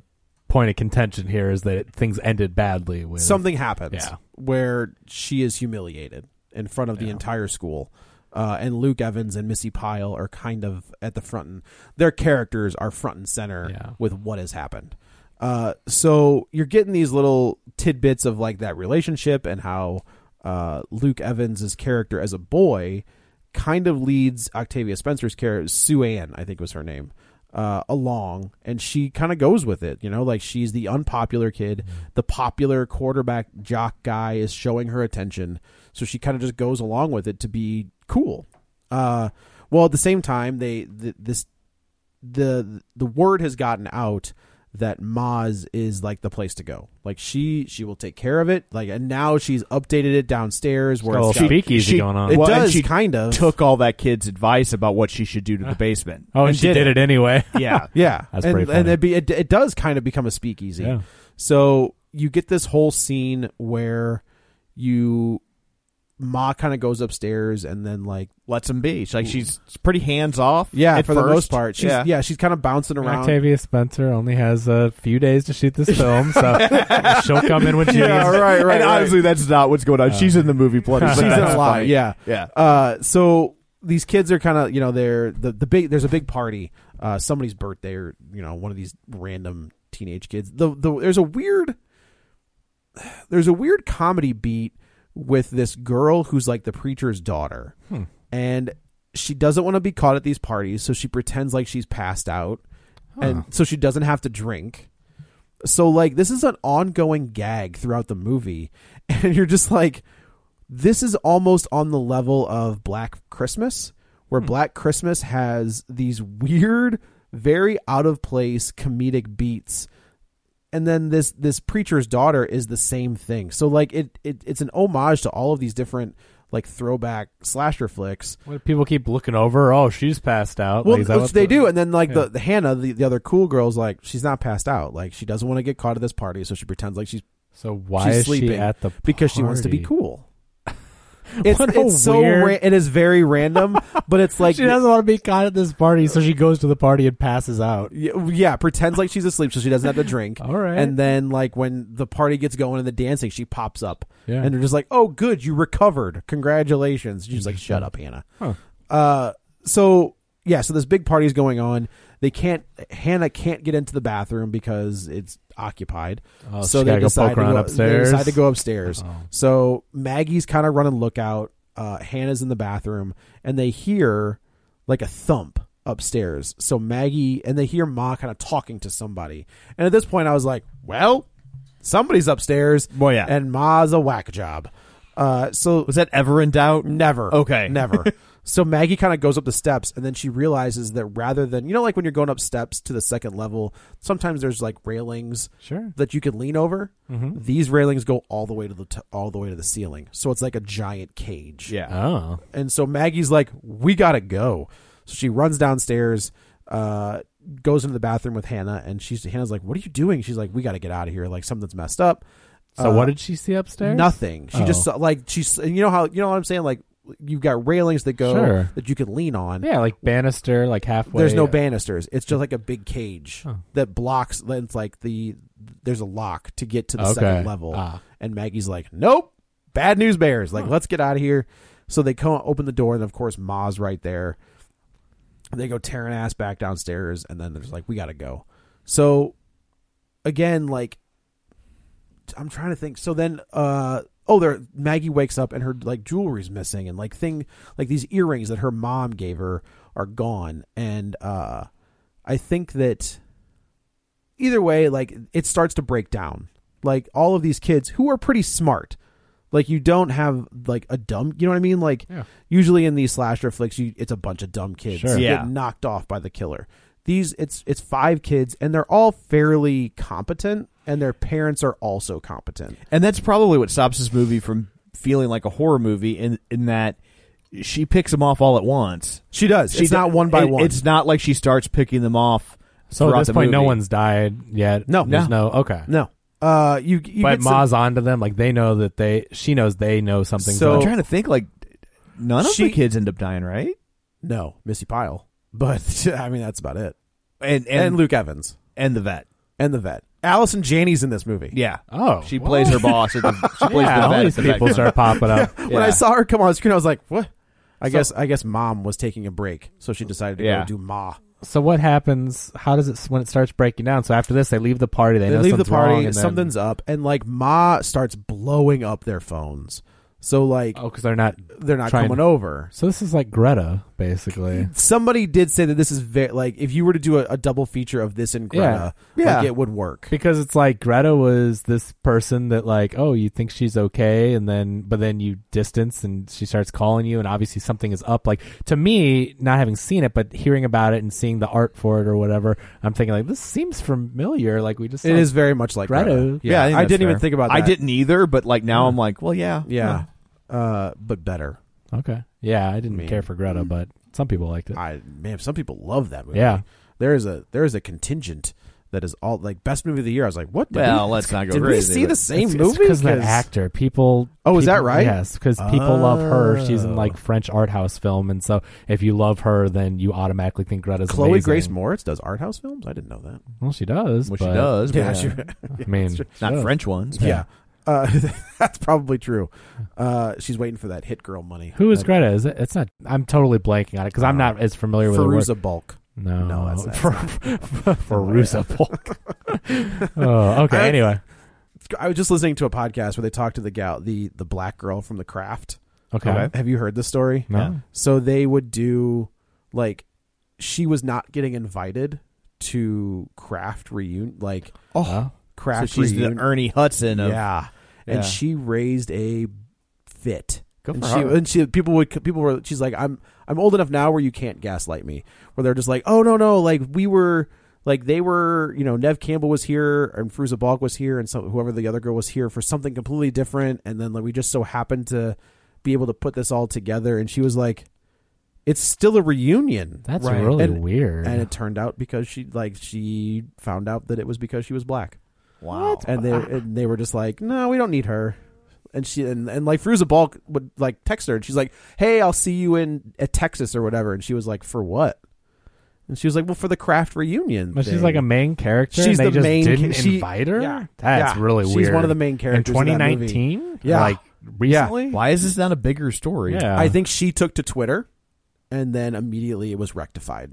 point of contention here is that things ended badly with
something happens
Yeah.
where she is humiliated in front of the entire school. Uh, and Luke Evans and Missy Pyle are kind of at the front and their characters are front and center
Yeah.
with what has happened. Uh, so you're getting these little tidbits of like that relationship and how uh, Luke Evans's character as a boy kind of leads Octavia Spencer's character, Sue Ann, I think was her name, uh, along, and she kind of goes with it. You know, like she's the unpopular kid, the popular quarterback jock guy is showing her attention, so she kind of just goes along with it to be cool. Uh, well, at the same time, they th- this the the word has gotten out that Moz is like the place to go. Like she she will take care of it. Like and now she's updated it downstairs where
Oh,
it's got-
speakeasy
she-
going on.
it
Well, and
does
she
kind of
Took all that kid's advice about what she should do to the basement.
Oh, and, she did, it anyway.
Yeah.
Yeah,
That's
and,
pretty
and
funny.
it, be, it, it does kind of become a speakeasy.
Yeah.
So you get this whole scene where you Ma kind of goes upstairs and then like
Lets him be. She's like she's pretty hands off.
yeah
at
for
first.
the most part she's yeah, she's kind of bouncing around.
Octavia Spencer only has a few days to shoot this film, so she'll come in when she
Yeah,
needs.
right, right.
And
And
obviously
obviously, that's not what's going on. she's in the movie plenty.
She's in a lot. Yeah,
yeah.
Uh, so these kids are kind of you know they're the the big there's a big party uh somebody's birthday or you know one of these random teenage kids. The the there's a weird there's a weird comedy beat with this girl who's like the preacher's daughter. And she doesn't want to be caught at these parties, so she pretends like she's passed out. And so she doesn't have to drink. So like this is an ongoing gag throughout the movie and you're just like this is almost on the level of Black Christmas
Hmm.
where Black Christmas has these weird very out of place comedic beats and then this this preacher's daughter is the same thing. So like it, it it's an homage to all of these different like throwback slasher flicks.
What, people keep looking over. Oh, she's passed out.
Well,
Like, is that
which
what
they
the-
do, and then like
Yeah.
the, the Hannah, the, the other cool girl's like she's not passed out. Like she doesn't want to get caught at this party, so she pretends like she's
So why
she's
is
sleeping
she at the
because she wants to be
party?
cool. It's,
What a
it's so
weird-
ra- it is very random, but it's like
she doesn't want to be caught at this party, so she goes to the party and passes out.
Y- yeah, pretends like she's asleep so she doesn't have to drink.
All right.
And then like when the party gets going and the dancing, she pops up.
Yeah.
And they're just like, "Oh, good, you recovered. Congratulations." She's like, "Shut up, Hannah." Uh so yeah, so this big party's going on. They can't Hannah can't get into the bathroom because it's occupied.
Oh,
so
she
they
gotta go
decide
poke around
to go,
upstairs?
They decide to go upstairs. So Maggie's kind of running lookout. Uh, Hannah's in the bathroom, and they hear like a thump upstairs. So Maggie and they hear Ma kind of talking to somebody. And at this point, I was like, "Well, somebody's upstairs."
Well, yeah.
and Ma's a whack job. Uh, so
Was that ever in doubt?
Never.
Okay.
Never. so Maggie kind of goes up the steps and then she realizes that rather than, you know, like when you're going up steps to the second level, sometimes there's like railings
Sure.
that you can lean over. These railings go all the way to the, t- all the way to the ceiling. So it's like a giant cage.
Yeah.
Oh,
And so Maggie's like, we got to go. So she runs downstairs, uh, goes into the bathroom with Hannah and she's, Hannah's like, what are you doing? She's like, we got to get out of here. Like something's messed up.
so
Uh,
what did she see upstairs?
Nothing. She
Oh.
just saw, like she's you know how you know what I'm saying like you've got railings that go
Sure.
that you can lean on.
Yeah, like banister, like halfway.
There's no banisters. It's just like a big cage that blocks it's like the there's a lock to get to the
Okay.
second level.
Ah.
And Maggie's like, "Nope. Bad news bears. Like, let's get out of here." So they come open the door and of course Ma's right there. They go tearing ass back downstairs and then there's like, "We got to go." So again, like I'm trying to think. So then, uh, oh, there Maggie wakes up and her like jewelry's missing and like thing like these earrings that her mom gave her are gone. And uh, I think that either way, like it starts to break down. Like all of these kids who are pretty smart. Like you don't have like a dumb, you know what I mean? Like
Yeah.
usually in these slasher flicks, you it's a bunch of dumb kids
Sure.
who
Yeah.
get knocked off by the killer. These it's it's five kids and they're all fairly competent and their parents are also competent.
And that's probably what stops this movie from feeling like a horror movie in in that she picks them off all at once.
She does. She's
She-
not one by
it-
one.
It's not like she starts picking them off.
So at
throughout
this
the
point, no
movie.
one's died yet.
No.
There's
No.
no. Okay.
no. Uh, you. you
but
get some-
Ma's onto them. Like they know that they. She knows they know something.
So-
I'm trying to think. Like none of
She-
the kids end up dying, right?
no Missy Pyle, but I mean that's about it.
And
And,
and
Luke Evans
and the vet.
and the vet. Allison Janney's in this movie.
Yeah.
Oh,
She
what?
plays her boss. At the, she plays
yeah,
the
all
vet
these
at the vet
people
clinic.
start popping up.
When I
Yeah.
saw her come on screen, I was like, "What?" I guess I guess mom was taking a break, so she decided to
Yeah.
go do ma.
So what happens? How does it when it starts breaking down? So after this, they leave the party. They,
They
know
leave the
something's wrong,
party,
and then-
something's up, and like ma starts blowing up their phones. So like
oh, because they're not.
they're not
trying-
coming over.
So this is like Greta, basically.
Somebody did say that this is very like if you were to do a, a double feature of this and Greta,
Yeah. Yeah.
like it would work.
because it's like Greta was this person that like oh you think she's okay and then but then you distance and she starts calling you and obviously something is up like to me not having seen it but hearing about it and seeing the art for it or whatever I'm thinking like this seems familiar like we just
It is very much like
Greta.
Greta.
Yeah,
Yeah,
I
I,
think that's
didn't
fair.
even think about. that.
I didn't either, but like now I'm like, well, yeah,
Yeah, Uh, but better.
okay yeah I didn't
mean-
care for Greta but some people liked it
I man, some people love that movie.
Yeah.
there is a there is a contingent that is all like best movie of the year. I was like, what? Did
Well,
we,
let's not go
Did
crazy,
we see
but-
the same
It's- it's
movie?
because that actor people
Oh, is that
people-
right?
yes because people love her she's in
Oh.
like French art house film and so if you love her then you automatically think Greta's
Chloe
amazing.
Grace Moritz does art house films. I didn't know that.
well she does
Well, she
but-
does. but-
I mean,
not
sure.
French ones.
yeah. Uh, that's probably true. Uh, she's waiting for that hit girl money.
Who is
That-
Greta? Is it? It's not. I'm totally blanking on it because I'm not as familiar with
Feruza
the word.
Bulk.
No,
No, that's not-
for, Feruza Polk. oh, okay.
I-
anyway,
I was just listening to a podcast where they talked to the gal, the the black girl from The Craft.
okay.
Have you heard this story?
No.
So they would do like she was not getting invited to craft reunion like
Oh,
So
craft
she's the
reunion.
Ernie Hudson of
yeah.
Yeah.
And she raised a fit.
Good
and
for
she
her.
and she people would people were she's like I'm I'm old enough now where you can't gaslight me. Where they're just like, "Oh no, no, like we were like they were, you know, Nev Campbell was here and Fruza Balk was here and so whoever the other girl was here for something completely different and then like we just so happened to be able to put this all together and she was like it's still a reunion.
That's really
And-
weird.
And it turned out because she like she found out that it was because she was black
wow.
and
Ah.
they and they were just like, no, we don't need her. And she and, and like Fruza Balk would like text her, and she's like, hey, I'll see you in at Texas or whatever. And she was like, for what? And she was like, well, for the craft reunion.
But she's
thing."
like a main character. and
She's
they
the
just
main ca-
Didn't
she-
invite her.
yeah.
That's
Yeah.
really
She's
weird.
one of the main characters
in
of that movie.
2019.
Yeah.
like recently.
Why is this not a bigger story?
Yeah.
I think she took to Twitter, and then immediately it was rectified.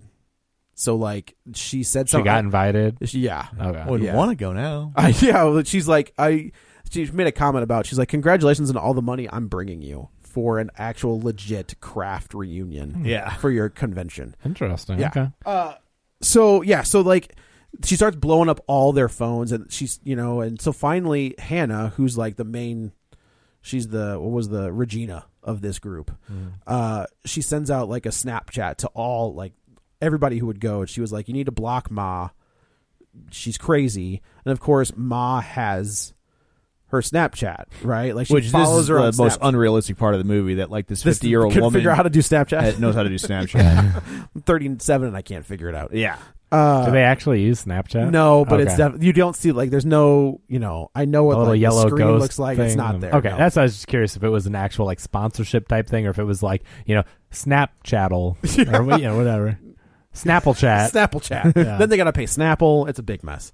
So like she said
she
something.
got invited.
she, yeah.
Okay.
I would
Yeah.
want to go now.
I, yeah, well, she's like, I. She made a comment about. She's like, "Congratulations on all the money I'm bringing you for an actual legit craft reunion,
Yeah.
for your convention."
Interesting.
Yeah.
Okay.
So yeah, so like, she starts blowing up all their phones, and she's you know, and so finally Hannah, who's like the main, she's the what was the Regina of this group,
Mm-hmm.
uh, she sends out like a Snapchat to all like everybody who would go, and she was like, "You need to block Ma." She's crazy, and of course Ma has her Snapchat, right? Like she
Which this
follows
is
her
the
on
most
Snapchat.
unrealistic part of the movie that like this
This
fifty year old
couldn't
woman
figure out how to do Snapchat.
that knows how to do Snapchat.
I'm 37 and I can't figure it out.
yeah.
Do they actually use Snapchat?
Uh, No, but it's
Okay.
def- you don't see like there's no you know I know what
Oh, the little
like,
yellow
the screen
ghost
looks like. It's
thing.
not there.
Okay,
no.
that's I was just curious if it was an actual like sponsorship type thing or if it was like you know Snapchattle or what- you know, whatever Snapple chat.
Snapple chat.
Yeah.
Then they gotta pay Snapple. It's a big mess.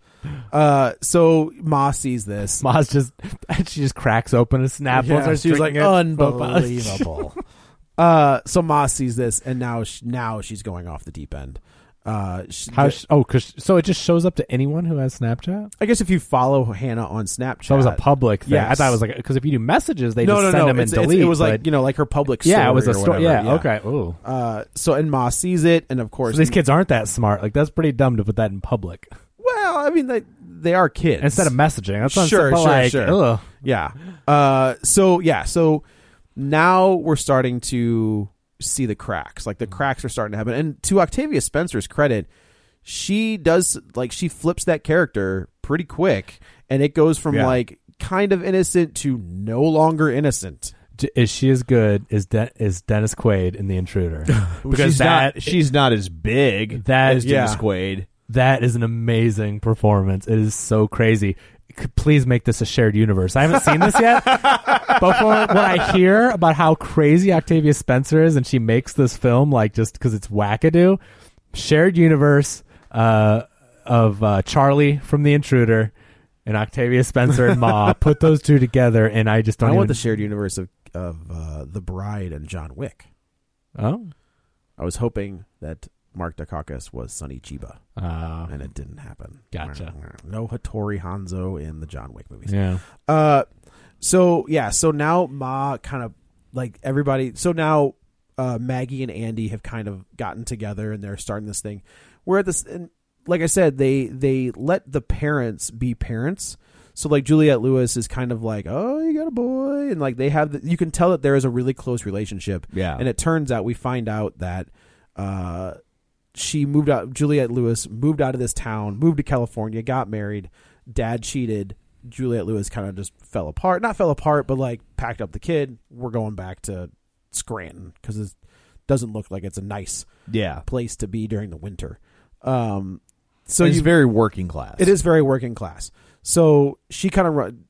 Uh, so Ma sees this.
Moz just she just cracks open a Snapple.
Yeah,
starts
she was like
drinking it.
unbelievable. uh, so Ma sees this, and now sh now she's going off the deep end. Uh, she,
How? She, oh, cause so it just shows up to anyone who has Snapchat.
I guess if you follow Hannah on Snapchat,
So it was a public thing. I
Yes.
thought it was like because if you do messages, they
no,
just
no,
send
no.
them
it's-
and
it's-
delete.
it was like
but-
you know, like her public.
yeah, it was a
story or
story. Yeah,
whatever,
okay. Ooh,
Uh, so and Ma sees it, and of course,
so these kids aren't that smart. Like that's pretty dumb to put that in public
Well, I mean, they they are kids
instead of messaging. That's what I'm saying,
Sure,
but
sure,
like,
sure.
ugh.
Yeah. Uh, so yeah. So now we're starting to see the cracks. Like the
Mm.
cracks are starting to happen. And to Octavia Spencer's credit, she does like she flips that character pretty quick, and it goes from
Yeah.
like kind of innocent to no longer innocent.
D- is she as good as De- is Dennis Quaid in The Intruder?
she's
Because that
not she's not as big
That-
as Dennis
yeah.
Quaid.
that is an amazing performance. It is so crazy. C- Please make this a shared universe. I haven't seen this yet, but from what I hear about how crazy Octavia Spencer is, and she makes this film like just because it's wackadoo, shared universe uh, of uh, Charlie from The Intruder and Octavia Spencer and Ma put those two together, and I just
I
don't.
want
even-
the shared universe of of uh, the Bride and John Wick.
oh,
I was hoping that Mark Dacakis was Sonny Chiba,
uh,
and it didn't happen.
Gotcha.
No Hattori Hanzo in the John Wick movies.
yeah,
Uh, so yeah, so now Ma kind of like everybody. So now uh, Maggie and Andy have kind of gotten together and they're starting this thing. We're at this, and like I said, they they let the parents be parents. So like Juliette Lewis is kind of like, oh, you got a boy, and like they have, the, you can tell that there is a really close relationship.
Yeah.
and it turns out we find out that. Uh, she moved out Juliette Lewis moved out of this town, moved to California, got married, dad cheated, Juliette Lewis kind of just fell apart. Not fell apart, but like packed up the kid. We're going back to Scranton cuz it doesn't look like it's a nice
Yeah.
place to be during the winter. Um so
So it's
you
very working class.
it is very working class. So she kind of run.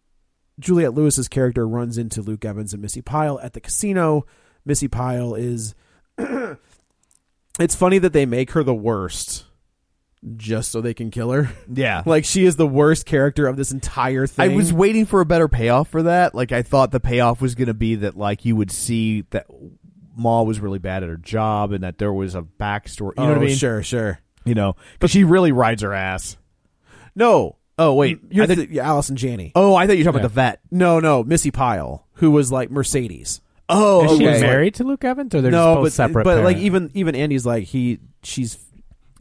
Juliet Lewis's character runs into Luke Evans and Missy Pyle at the casino. Missy Pyle is. it's funny that they make her the worst, just so they can kill her.
Yeah.
like she is the worst character of this entire
I
thing.
was waiting for a better payoff for that. Like I thought the payoff was going to be that like you would see that Ma was really bad at her job and that there was a backstory. You know
Oh,
what I mean?
Sure, sure.
You know, but she really rides her ass.
No.
Oh wait,
You're
I think-
the, yeah, Allison Janney.
oh I thought you were talking
Yeah.
about the vet.
No, no, Missy Pyle, who was like Mercedes.
Oh,
is she
okay.
married to Luke Evans, or they're
no,
just both
but
separate?
but like
parents?
even even Andy's like he she's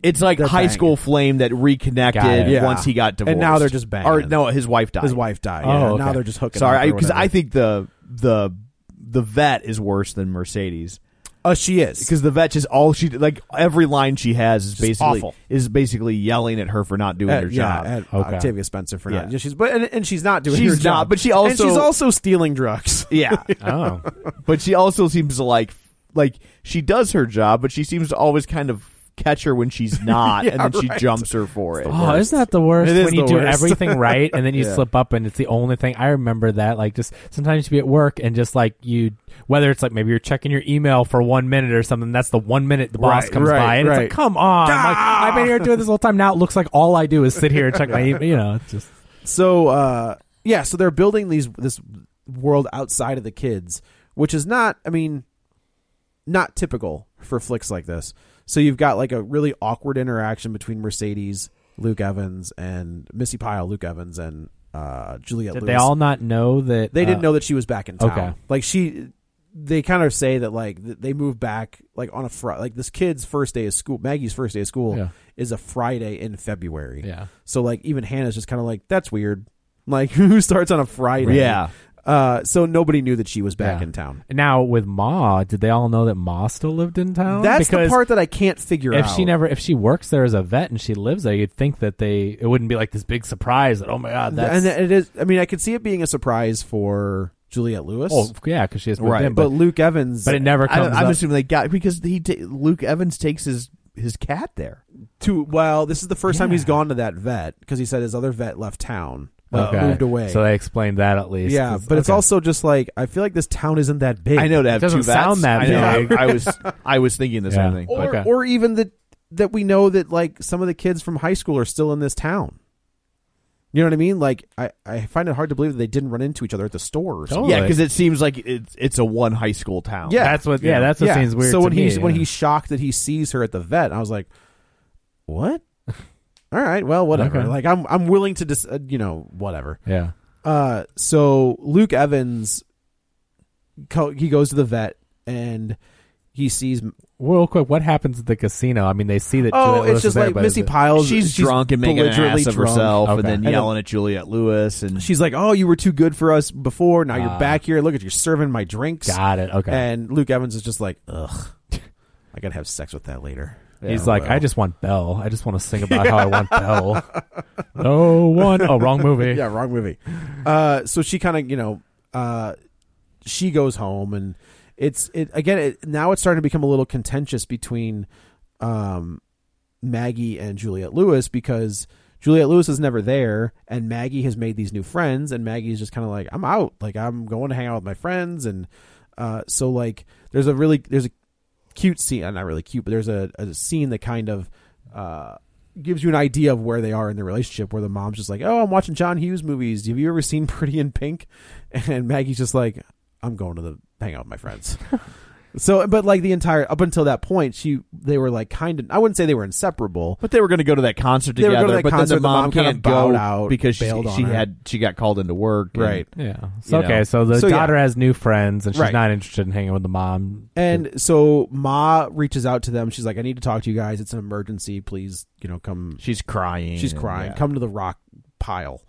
It's like
They're
high
banging.
school flame that
Got
reconnected
it.
Yeah.
once he got divorced,
And now they're just banging.
Or no, his wife died.
his wife died.
Oh,
yeah,
okay.
Now they're just hooking. up
Sorry,
or
because I,
whatever.
think the the the vet is worse than Mercedes
Uh, she is
because the vet is all she like every line she has is
Just
basically
awful.
is basically yelling at her for not doing
At-
her
yeah,
job.
at
Okay.
Octavia Spencer for
Yeah.
not. Yeah, she's but and, and she's not doing.
She's
her job.
not, but she
and
also-
she's also stealing drugs.
yeah,
oh,
but she also seems to like like she does her job, but she seems to always kind of catch her when she's not,
Yeah,
and then she
right.
jumps her for it.
Oh, isn't that the worst?
It is
when you
the
do
worst.
everything right and then you slip up and it's the only thing. I remember that. Like just sometimes you be at work and just like you whether it's like maybe you're checking your email for one minute or something, that's the one minute the boss
Right,
comes
right,
by and
right.
it's like, Come on. Like, I've been here doing this whole time. Now it looks like all I do is sit here and check my email you know, it's just
So uh, yeah, so they're building these this world outside of the kids, which is not. I mean, not typical for flicks like this. So you've got like a really awkward interaction between Mercedes, Luke Evans, and Missy Pyle, Luke Evans, and uh, Juliet.
did
Lewis.
they all not know that
They
uh,
didn't know that she was back in town.
okay.
Like she, they kind of say that like th- they moved back like on a Friday. Like this kid's first day of school, Maggie's first day of school
Yeah.
is a Friday in February.
Yeah.
So like even Hannah's just kind of like that's weird. Like who starts on a Friday?
Yeah.
Uh, so nobody knew that she was back
Yeah.
in town.
Now with Ma, did they all know that Ma still lived in town?
That's
because
the part that I can't figure
if
out.
she never if she works there as a vet and she lives there, you'd think that they it wouldn't be like this big surprise that oh my god that's
and it is. I mean, I could see it being a surprise for Juliet Lewis.
Oh yeah, because she has moved
Right,
in,
but
but,
Luke Evans.
but it never
I,
comes
I'm
up.
assuming they got because he ta- Luke Evans takes his his cat there.
to well, this is the first time
Yeah.
he's gone to that vet because he said his other vet left town, uh,
Okay.
moved away.
So they explained that at least.
yeah,
'cause-
but it's
okay.
also just like I feel like this town isn't that big.
I know to have
doesn't
two vets.
sound that
I know.
big.
I, I was I was thinking the
Yeah.
same thing.
or
Okay.
or even that that we know that like some of the kids from high school are still in this town. You know what I mean? Like I, I find it hard to believe that they didn't run into each other at the store. Or something.
Totally.
Yeah, because it seems like it's it's a one high school town.
Yeah.
that's what. Yeah, that's what
Yeah.
seems weird.
So
to
when
me,
he's when
yeah.
he's shocked that he sees her at the vet, I was like, what? All right, well, whatever.
Okay.
Like I'm I'm willing to just uh, you know whatever.
yeah,
Uh, so Luke Evans, co- he goes to the vet and he sees.
real quick, what happens at the casino? I mean, they see that.
Oh,
Juliet Lewis
it's
is
just
there,
like
but is
Missy
it-
Pyle.
she's, drunk and making an
belligerently
ass of
drunk.
herself,
Okay.
and then
And
then-
yelling at Juliet Lewis, and
She's like, "Oh, you were too good for us before. Now
Ah.
you're back here. Look at you serving my drinks."
Got it. Okay.
And Luke Evans is just like, "Ugh, I gotta have sex with that later."
he's
Yeah,
like,
well.
I just want Belle. I just want to sing about how I want Belle. No one. Oh, wrong movie.
yeah, wrong movie. Uh, so she kind of, you know, uh, she goes home, and it's it again. It, now it's starting to become a little contentious between um, Maggie and Juliet Lewis because Juliet Lewis is never there, and Maggie has made these new friends, and Maggie's just kind of like, I'm out, like I'm going to hang out with my friends, and uh, so like there's a really there's a cute scene, uh, not really cute, but there's a, a scene that kind of uh, gives you an idea of where they are in their relationship. Where the mom's just like, "Oh, I'm watching John Hughes movies. Have you ever seen Pretty in Pink?" And Maggie's just like, "I'm going to the hang out with my friends." so, but like the entire up until that point, she they were like kind of. I wouldn't say they were inseparable.
But they were going to go to that concert
They were
together.
going to that
but
concert,
then the mom,
kinda
can't
bowed
go
out,
because she,
bailed on
she
her.
had she got called into work. and-
Right.
Yeah. So,
You
okay.
know.
So the
So, yeah.
daughter has new friends and she's
Right.
not interested in hanging with the mom.
And so Ma reaches out to them. She's like, "I need to talk to you guys. It's an emergency. Please, you know, come."
she's crying.
She's
and-
crying.
yeah. Hmm.
Come to the rock pile,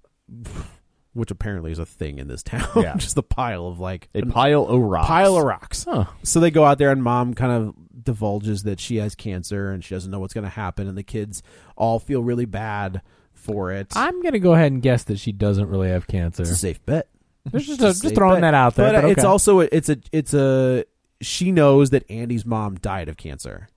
which apparently is a thing in this town.
Yeah.
Just the pile of like
a pile of rocks.
pile of rocks.
Huh.
So they go out there, and mom kind of divulges that she has cancer and she doesn't know what's going to happen, and the kids all feel really bad for it.
I'm gonna go ahead and guess that she doesn't really have cancer.
it's a safe bet.
There's just,
It's a
a, just
safe
throwing
bet.
that out there.
but, uh,
But,
it's
okay.
also a, it's a it's a she knows that Andy's mom died of cancer.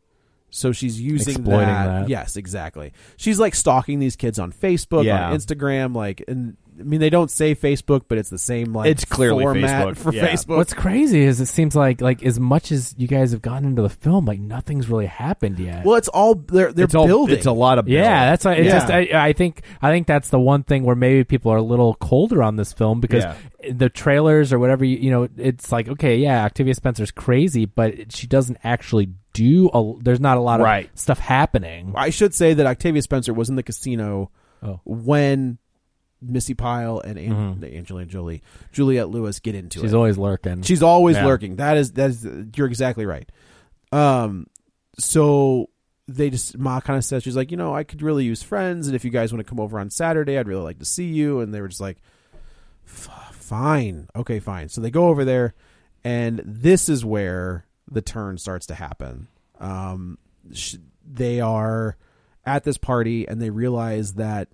So she's using
Exploiting that.
Yes, exactly. She's like stalking these kids on Facebook,
Yeah.
on Instagram, like and I mean they don't say Facebook, but it's the same like
It's clearly
format
Facebook,
for
yeah.
Facebook.
What's crazy is it seems like like as much as you guys have gone into the film, like nothing's really happened yet.
well, it's all they're they're
It's all-
building.
It's a lot of
yeah,
build.
that's it.
Yeah.
Just I, I think I think that's the one thing where maybe people are a little colder on this film because
Yeah.
the trailers or whatever you, you know, it's like okay, yeah, Octavia Spencer's crazy, but she doesn't actually do. A, there's not a lot of
Right.
stuff happening.
I should say that Octavia Spencer was in the casino
Oh. Mm-hmm.
when Missy Pyle and An- Angelina Jolie, Juliette Lewis get into
She's
it.
always lurking.
She's always
Yeah.
lurking. That is that is you're exactly right. Um, so they just Ma kind of says she's like, you know, I could really use friends, and if you guys want to come over on Saturday, I'd really like to see you. And they were just like, "F- fine, okay, fine. So they go over there, and this is where the turn starts to happen. Um, sh- they are at this party, and they realize that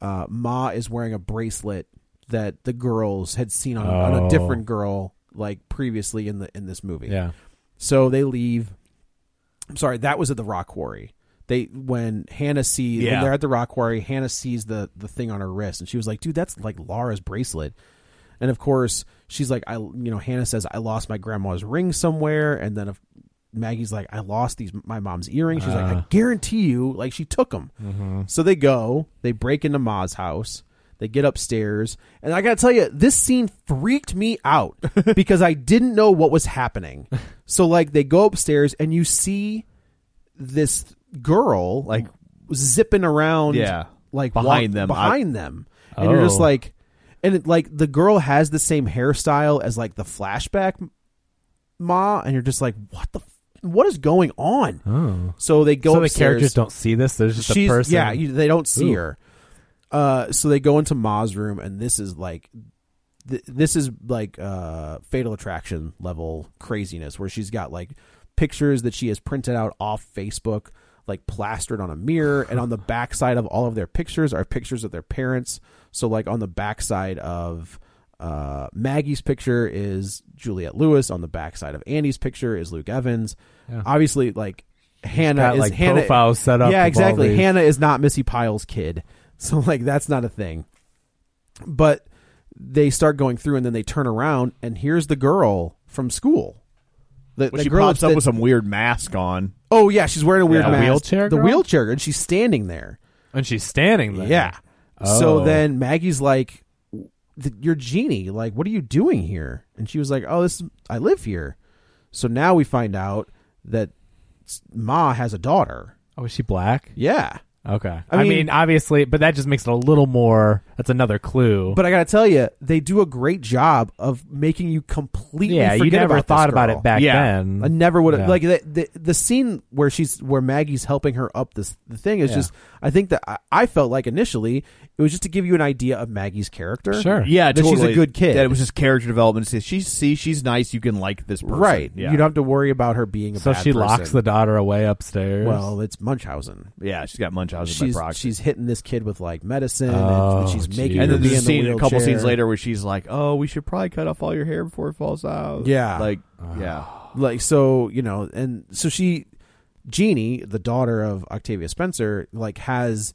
uh, Ma is wearing a bracelet that the girls had seen on, on a
Oh.
different girl like previously in the in this movie.
yeah.
So they leave. I'm sorry, that was at the rock quarry. They when Hannah sees when
Yeah.
they're at the rock quarry, Hannah sees the the thing on her wrist, and she was like, "Dude, that's like Laura's bracelet." And of course, she's like, "I you know," Hannah says, "I lost my grandma's ring somewhere," and then if Maggie's like, "I lost these my mom's earrings," she's like, "I guarantee you, like she took them."
Mm-hmm.
So they go, they break into Ma's house. They get upstairs, and I gotta tell you, this scene freaked me out because I didn't know what was happening. So like, they go upstairs, and you see this girl like zipping around,
Yeah.
like
Behind
walk-
them.
behind them, and you're just
Oh.
like, and it, like the girl has the same hairstyle as like the flashback ma, and you're just like, what the, f- what is going on?
Oh.
So they go.
so the
upstairs.
characters don't see this. There's just
She's-
a person.
Yeah, you, they don't see
Ooh.
her. Uh, so they go into Ma's room, and this is like, th- this is like uh, Fatal Attraction level craziness, where she's got like pictures that she has printed out off Facebook, like plastered on a mirror, and on the backside of all of their pictures are pictures of their parents. So like on the backside of uh, Maggie's picture is Juliette Lewis. On the backside of Andy's picture is Luke Evans. Obviously, like. Hannah
got,
is
like,
Hannah,
profiles set up of
Yeah,
all
exactly.
these.
Hannah. Hannah is not Missy Pyle's kid. So like that's not a thing. But they start going through and then they turn around and here's the girl from school. The,
Well,
the
she
girl
pops up
that-
with some weird mask on.
Oh yeah, she's wearing a weird
Yeah, a
mask.
wheelchair
The
girl?
wheelchair girl, and she's standing there.
and she's standing there.
Yeah.
Oh.
So then Maggie's like, "Th- "You're Jeannie. Like, what are you doing here?" And she was like, "Oh, this is, I live here." So now we find out that s- Ma has a daughter.
Oh, is she black?
Yeah.
Okay.
I
I mean,
mean-
obviously, but that just makes it a little more. That's another clue.
But I gotta tell you, they do a great job of making you completely.
yeah, you
forget
never
about this
thought about
girl.
it back
Yeah.
then.
I never would have
Yeah.
like the, the the scene where she's where Maggie's helping her up this the thing is
Yeah.
just I think that I, I felt like initially it was just to give you an idea of Maggie's character.
Sure.
Yeah,
that she's a
totally.
good kid.
That it was just character development. She she see she's nice. You can like this person,
right.
Yeah,
You don't have to worry about her being a
so
bad
she locks
person.
the daughter away upstairs.
Well, it's Munchausen.
yeah. She's got Munchausen
She's
by proxy.
she's hitting this kid with like medicine,
Oh,
and she's making
geez.
and
her
then
be
there's a
in the
scene a couple
wheelchair.
scenes later where she's like, "Oh, we should probably cut off all your hair before it falls out."
Yeah.
like yeah,
like so you know and so she jeannie the daughter of octavia spencer like has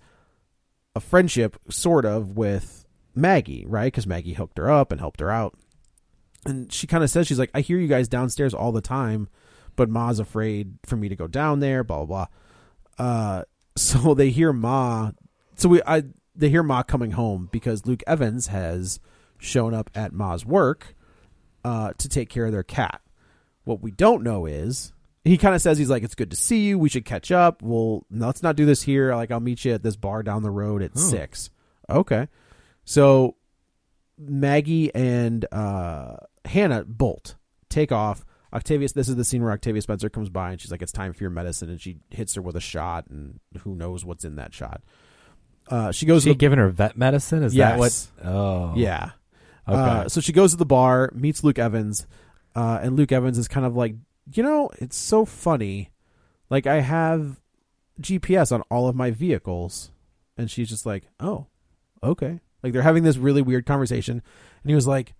a friendship sort of with maggie right because maggie hooked her up and helped her out and she kind of says she's like i hear you guys downstairs all the time but ma's afraid for me to go down there blah blah blah uh So they hear Ma. So we I they hear Ma coming home because Luke Evans has shown up at Ma's work uh, to take care of their cat. What we don't know is he kind of says he's like, "It's good to see you. We should catch up. Well, no, let's not do this here. Like, I'll meet you at this bar down the road at six. Okay. So Maggie and uh, Hannah bolt, take off. Octavius, this is the scene where Octavia Spencer comes by and she's like, "It's time for your medicine," and she hits her with a shot, and who knows what's in that shot. Uh, she goes.
Is she
to the,
giving her vet medicine? Is
Yes.
that what? Oh,
yeah.
Okay.
Uh, so she goes to the bar, meets Luke Evans, uh, and Luke Evans is kind of like, you know, it's so funny. Like I have GPS on all of my vehicles, and she's just like, oh, okay. Like they're having this really weird conversation, and he was like,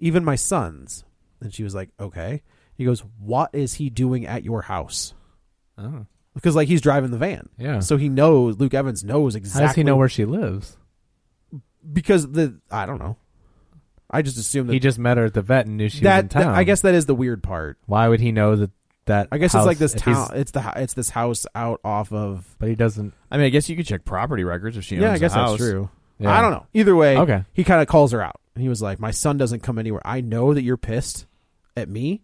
even my sons, and she was like, okay. He goes, what is he doing at your house?
Oh.
Because like he's driving the van,
Yeah.
So he knows Luke Evans knows
How
exactly
does he know where she lives?
because the I don't know. I just assume that
He just met her at the vet and knew she was in
that, that-
town.
I guess that is the weird part.
Why would he know that? That
I guess it's
house-
like this
if he's-
town. It's the hou- it's this house out off of.
but he doesn't.
I mean, I guess you could check property records if she owns
yeah, I guess
the house.
that's true.
Yeah.
I don't know. Either way,
Okay.
He kind of calls her out. He was like, "My son doesn't come anywhere. I know that you're pissed at me,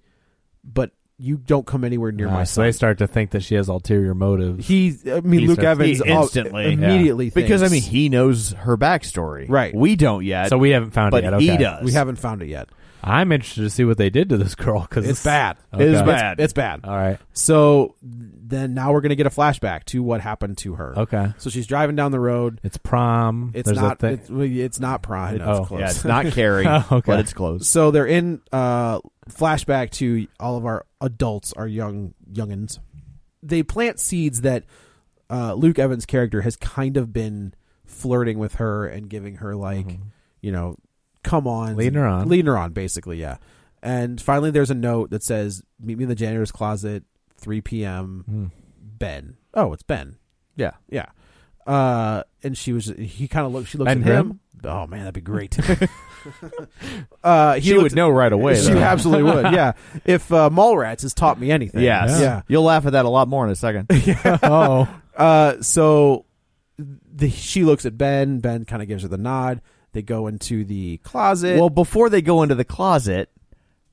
but you don't come anywhere near
Ah,
my
so
son."
they start to think that she has ulterior motives.
he, I mean,
He
Luke
starts-
Evans
He
all-
instantly,
immediately
yeah. because I
thinks-
mean he knows her backstory,
Right.
We don't yet,
so we haven't found
but
it yet. Okay.
he does.
we haven't found it yet.
I'm interested to see what they did to this girl because
It's bad.
Okay.
It is
It's-
bad.
It's, bad.
All right.
So then now we're gonna get a flashback to what happened to her.
Okay.
So she's driving down the road.
It's prom.
It's
There's
not.
A thing.
It's, it's not prime.
Oh,
close.
Yeah, it's not Carrie,
Oh, okay.
but it's close.
So they're in uh, flashback to all of our adults, our young youngins. They plant seeds that uh, Luke Evans' character has kind of been flirting with her and giving her like, you know, come on,
Mm-hmm. Leading her on.
leading her on, basically, yeah. And finally, there's a note that says, "Meet me in the janitor's closet, 3 p.m.
Hmm.
Ben." Oh, it's Ben.
Yeah.
Yeah. Uh, and she was. He kind of looked. She looks
Ben
at him. Oh man, that'd be great. uh, he
She
looked-
would know right away.
She
though.
absolutely would. Yeah. If uh, Mallrats has taught me anything.
Yes.
Yeah.
You'll laugh at that a lot more in a second.
oh,
Uh, so the, she looks at Ben. Ben kind of gives her the nod. They go into the closet.
well, before they go into the closet,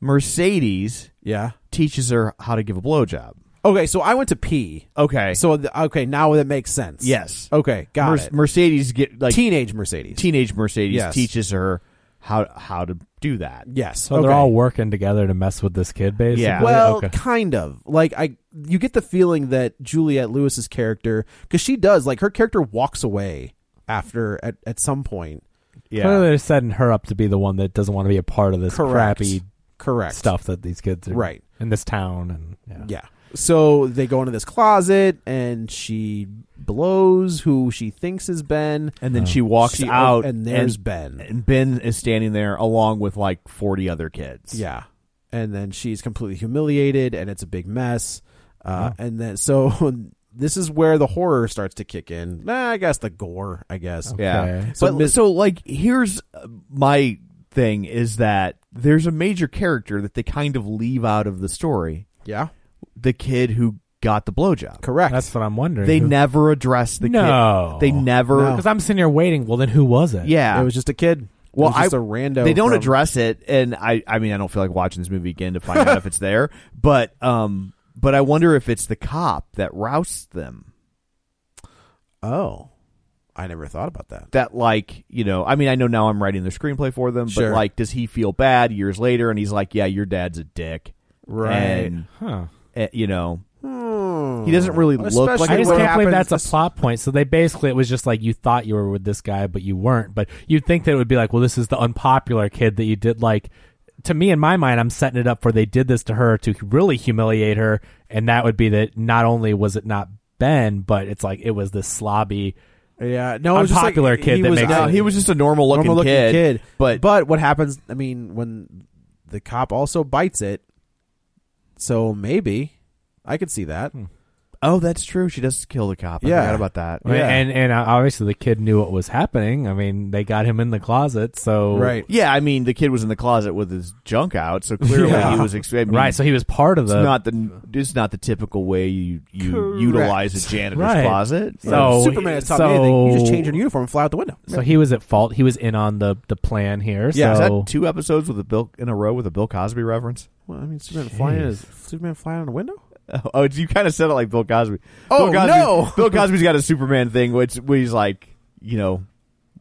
Mercedes
yeah.
teaches her how to give a blowjob.
Okay. So I went to pee.
Okay. So
So the, okay, now that makes sense.
yes.
Okay. Oh, Got
Mer-
it.
Mercedes get like
Teenage Mercedes.
teenage Mercedes
Yes.
teaches her how how to do that.
yes.
so they're
okay.
all working together to mess with this kid, basically.
Yeah.
Well,
Okay.
kind of. Like I you get the feeling that Juliet Lewis's character cuz she does like her character walks away after at, at some point.
Yeah.
clearly they're setting her up to be the one that doesn't want to be a part of this
Correct.
crappy
Correct.
stuff that these kids are
Right.
in this town and yeah.
Yeah. So they go into this closet and she blows who she thinks is Ben. Uh-huh.
And then she walks
Uh, She- oh,
out,
and there's Ben.
And Ben is standing there along with like forty other kids.
Yeah. And then she's completely humiliated and it's a big mess. Uh, And then so this is where the horror starts to kick in. Nah, I guess the gore, I guess.
Yeah.
Okay.
So,
So
but,
Miss-
so like here's uh, my thing is that there's a major character that they kind of leave out of the story.
Yeah.
The kid who got the blowjob.
Correct.
That's what I'm wondering.
They
Who-
never address the
No.
kid. They never
No.
Because I'm sitting here waiting. Well, then who was it?
Yeah.
It was just a kid.
Well,
it was just
I-
a rando.
they don't
from-
address it and I I mean I don't feel like watching this movie again to find out if it's there, but um but I wonder if it's the cop that roused them.
Oh, I never thought about that.
That like, you know, I mean I know now I'm writing the screenplay for them,
Sure.
but like does he feel bad years later and he's like, "Yeah, your dad's a dick." And,
Huh.
eh, you know,
Hmm.
He doesn't really look
Especially
like
I just
what
can't believe
happens-
that's a plot point. So they basically it was just like you thought you were with this guy, but you weren't. But you'd think that it would be like, well, this is the unpopular kid that you did like. To me, in my mind, I'm setting it up where they did this to her to really humiliate her, and that would be that. Not only was it not Ben, but it's like it was this slobby.
Yeah, no, it was just like-
Unpopular kid
he
that
was
makes
No,
not-
it-
he was just a normal looking,
normal-looking
kid,
kid.
But,
But what happens? I mean, when the cop also bites it, so maybe I could see that.
Oh, that's true. She does kill the cop. I
Yeah.
forgot about that.
Right?
Yeah.
And and uh, obviously the kid knew what was happening. I mean, they got him in the closet, so
Right.
yeah, I mean, the kid was in the closet with his junk out, so clearly
Yeah.
he was. Ex- I mean,
right. So he was part of
it's
the
not the it's not the typical way you you utilize a janitor's
Right.
closet.
So-
Superman has taught
so-
me anything. You just change your uniform and fly out the window.
So he was at fault. He was in on the the plan here.
Yeah,
is
so
that two episodes with a Bill in a row with a Bill Cosby reference?
Well, I mean, Superman flying is Superman flying out a window.
Oh, Oh, you kind of said it like Bill Cosby.
Oh,
Bill Cosby,
no.
Bill Cosby's got a Superman thing, which where he's like, you know,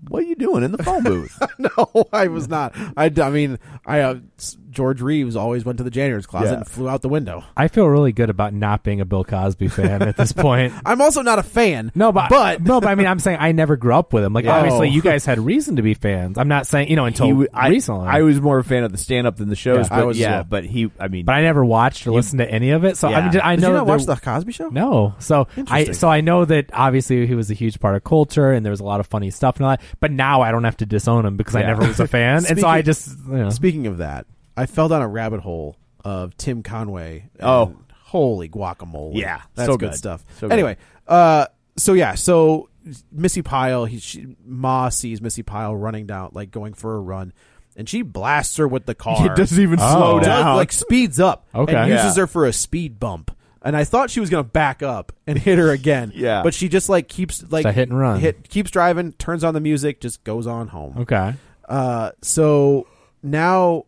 what are you doing in the phone booth?
no, I was not. I, d- I mean, I uh, s- George Reeves always went to the janitor's closet
Yeah.
and flew out the window.
I feel really good about not being a Bill Cosby fan at this point.
I'm also not a fan.
No, but,
but
no, but I mean, I'm saying I never grew up with him. Like,
Yeah.
obviously,
Oh.
you guys had reason to be fans. I'm not saying you know until
He w- I,
recently.
I was more a fan of the stand up than the shows,
Yeah,
but
I was as
yeah,
well.
but he, I mean,
but I never watched or listened to any of it. So I
Yeah.
mean, I
did
know
you not
there-
watch the Cosby Show?
No, so I
Interesting.
so I know that obviously he was a huge part of culture and there was a lot of funny stuff and all that. But now I don't have to disown him because I
Yeah.
never was a fan, and so
Speaking-
I just you know.
Speaking of that, I fell down a rabbit hole of Tim Conway. and
Oh.
holy guacamole!
Yeah,
that's
so
good.
good.
stuff.
So good.
anyway, uh, so yeah, so Missy Pyle, he she, Ma sees Missy Pyle running down, like going for a run, and she blasts her with the car.
it doesn't even slow
does,
down.
like speeds up.
Okay.
and uses
Yeah.
her for a speed bump. And I thought she was gonna back up and hit her again.
Yeah.
but she just like keeps like
a hit and run.
Hit keeps driving, turns on the music, just goes on home.
Okay.
Uh, so now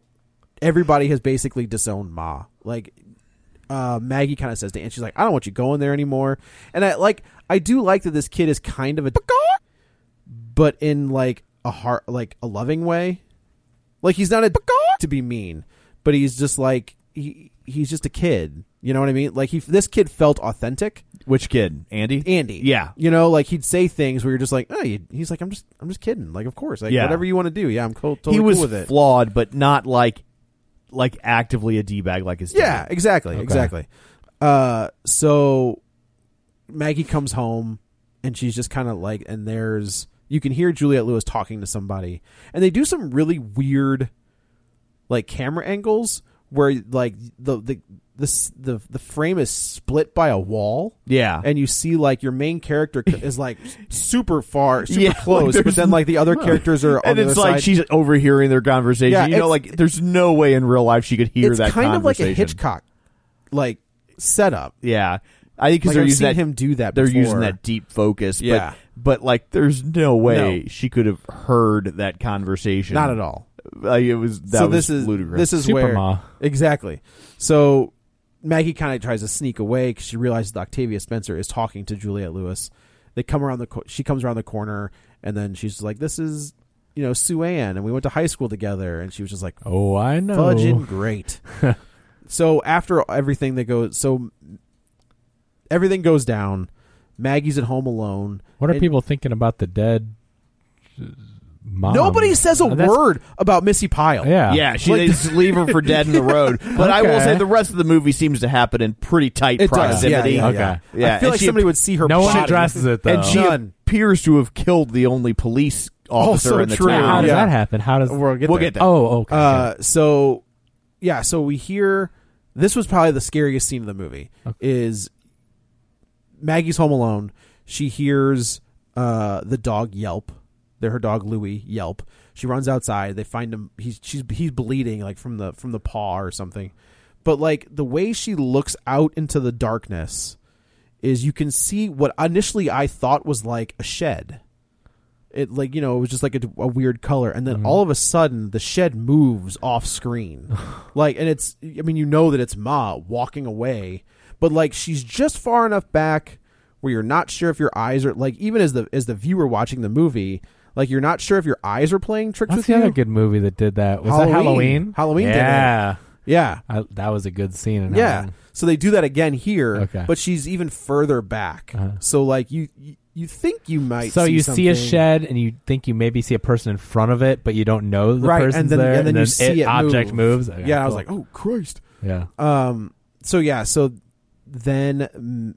everybody has basically disowned Ma. Like uh, Maggie kind of says to Anne, she's like, "I don't want you going there anymore." And I like, I do like that this kid is kind of a, but in like a heart, like a loving way. Like he's not a to be mean, but he's just like he he's just a kid. You know what I mean? Like he this kid felt authentic.
Which kid, Andy?
Andy.
Yeah.
You know, like he'd say things where you're just like, oh, you- he's like, I'm just, I'm just kidding. Like, of course, like
Yeah.
whatever you want to do. Yeah, I'm cool, totally
he was
cool with it.
flawed, but not like like actively a d bag like his.
yeah,
dad.
exactly, exactly. Uh, so Maggie comes home and she's just kind of like, and there's you can hear Juliet Lewis talking to somebody, and they do some really weird, like camera angles where like the the the the, the frame is split by a wall.
yeah.
and you see like your main character c- is like super far, super
Yeah, like,
close, but
there's-
then like the other characters are on
and
the
it's
other
like
side.
she's overhearing their conversation.
Yeah,
you know,
it's-
like there's no way in real life she could hear
it's
that.
kind of like a
conversation.
Hitchcock like setup.
Yeah, I think because
Like,
they're
I've
using that,
seen him do that
They're
before.
using that deep focus.
Yeah.
but, but like there's no way
No.
she could have heard that conversation.
Not at all.
Like, it was that
so
was
this is
ludicrous.
this is
Super
where
Ma.
exactly. So Maggie kind of tries to sneak away because she realizes that Octavia Spencer is talking to Juliet Lewis. They come around the co- she comes around the corner and then she's like, "This is you know Sue Ann and we went to high school together," and she was just like,
Oh, I know.
fudging great. so after everything that goes, so everything goes down. Maggie's at home alone.
What are
And
people thinking about the dead uh, mom?
Nobody says a
Uh, that's-
word about Missy Pyle.
Yeah.
yeah, she
Like-
they just leave her for dead in the road. But I will
Okay.
say the rest of the movie seems to happen in pretty tight
it does. Yeah,
proximity.
yeah,
Okay.
yeah.
Yeah,
I feel
and
like
she-
somebody would see her.
No one
body.
addresses it though.
And she
None.
appears to have killed the only police officer
Also
in the
true.
Now, how
town.
does
Yeah.
that happen? How does
We'll get
We'll
there.
get there.
Oh, okay.
Uh, so yeah, so we hear this was probably the scariest scene of the movie is Maggie's home alone. She hears uh, the dog yelp. They're her dog Louie yelp. She runs outside. They find him. He's she's he's bleeding like from the from the paw or something. But like the way she looks out into the darkness is you can see what initially I thought was like a shed it like you know it was just like a, a weird color and
Mm-hmm.
then all of a sudden the shed moves off screen like and it's i mean you know that it's ma walking away but like she's just far enough back where you're not sure if your eyes are like even as the as the viewer watching the movie like you're not sure if your eyes are playing tricks
What's
with
the
you
other good movie that did that? Was that Halloween?
Halloween. Halloween did it.
Yeah.
yeah
I, that was a good scene. In
yeah
Halloween.
so they do that again here
Okay. Uh-huh.
but she's even further back so like you you- you think you might
So you see a
something.
shed and you think you maybe see a person in front of it, but you don't know the
right
person's
and then
there.
and then you see
it, object
move.
moves. Okay,
yeah i was
cool.
like oh christ
yeah.
Um. So yeah. So then, mm,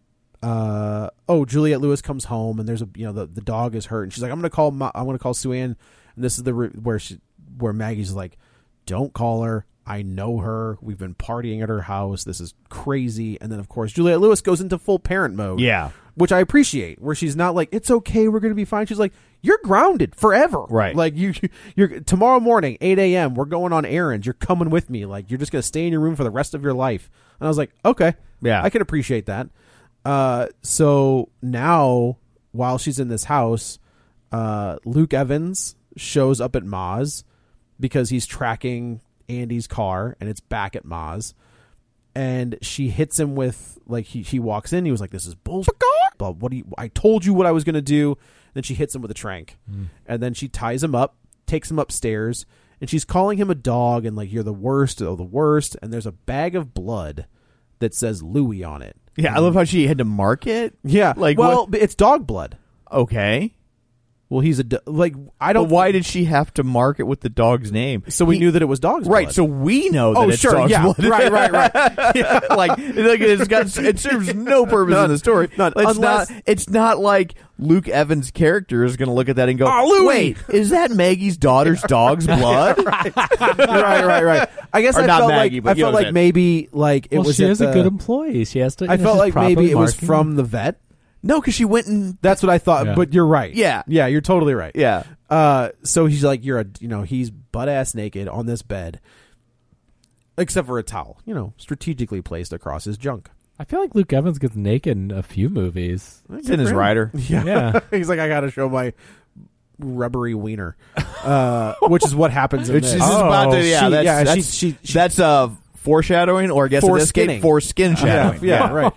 uh, oh, Juliet Lewis comes home, and there's a you know the, the dog is hurt, and she's like, I'm gonna call Ma- I'm gonna call Sue Ann, and this is the re- where she where Maggie's like, don't call her. I know her. We've been partying at her house. This is crazy. And then, of course, Juliette Lewis goes into full parent mode.
Yeah.
Which I appreciate, where she's not like, it's okay, we're going to be fine. She's like, you're grounded forever.
Right.
Like, you, you're tomorrow morning, 8 a.m., we're going on errands. You're coming with me. Like, you're just going to stay in your room for the rest of your life. And I was like, okay.
Yeah.
I can appreciate that. Uh, so now, while she's in this house, uh, Luke Evans shows up at Ma's because he's tracking Andy's car and it's back at Ma's. And she hits him with like he he walks in. He was like, "This is bullshit." Blah, what do you? I told you what I was gonna do. Then she hits him with a trank,
Hmm.
and then she ties him up, takes him upstairs, and she's calling him a dog and like you're the worst, oh the worst. And there's a bag of blood that says Louis on it.
Yeah, I love how she had to mark it.
Yeah,
Like,
well,
what-
but it's dog blood.
Okay.
Well, he's a do- like I
But
don't.
why did she have to mark it with the dog's name?
So we
He-
knew that it was dog's blood.
Right, so we know that
Oh,
it's
sure,
dog's
yeah,
blood.
right, right,
right. like, like it's got it serves no purpose in the story.
none,
it's
unless-
not it's not like Luke Evans' character is going to look at that and go,
Oh, Louis!
"Wait, is that Maggie's daughter's dog's blood?"
right, right, right. I guess
Or
I
not
felt
Maggie,
like
but
I
you know
felt
what I'm
like
saying.
maybe like it
well,
was
she
at
is
the-
a good employee. She has to. you
I
know,
felt
she's
like maybe
properly
it was
marketing.
from the vet.
no, cuz she went and
That's what I thought.
Yeah.
But you're right.
Yeah.
yeah, you're totally right.
yeah.
Uh, so he's like, you're a, you know, he's butt ass naked on this bed, except for a towel, you know, strategically placed across his junk.
I feel like Luke Evans gets naked in a few movies.
It's in his rider.
Yeah.
Yeah.
he's like, I gotta show my rubbery wiener, uh, which is what happens. In
Which
this.
is about to
She-
Oh, yeah, that's,
yeah,
that's,
she, she, she
that's uh, foreshadowing or I guess in this
Foreskinning.
case foreskin shadowing.
yeah, right.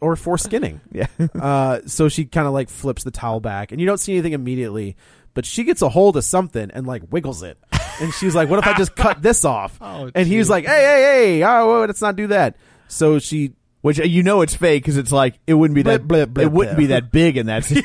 Or foreskinning.
Yeah.
Uh, so she kind of like flips the towel back, and you don't see anything immediately, but she gets a hold of something and like wiggles it, and she's like, "What if I just cut this off?"
Oh,
and he was
geez.
like, "Hey, hey, hey! Oh, whoa, let's not do that." So she,
Which uh, you know it's fake because it's like it wouldn't be that
Blip, blip, blip,
it wouldn't
blip.
be that big in that. scene.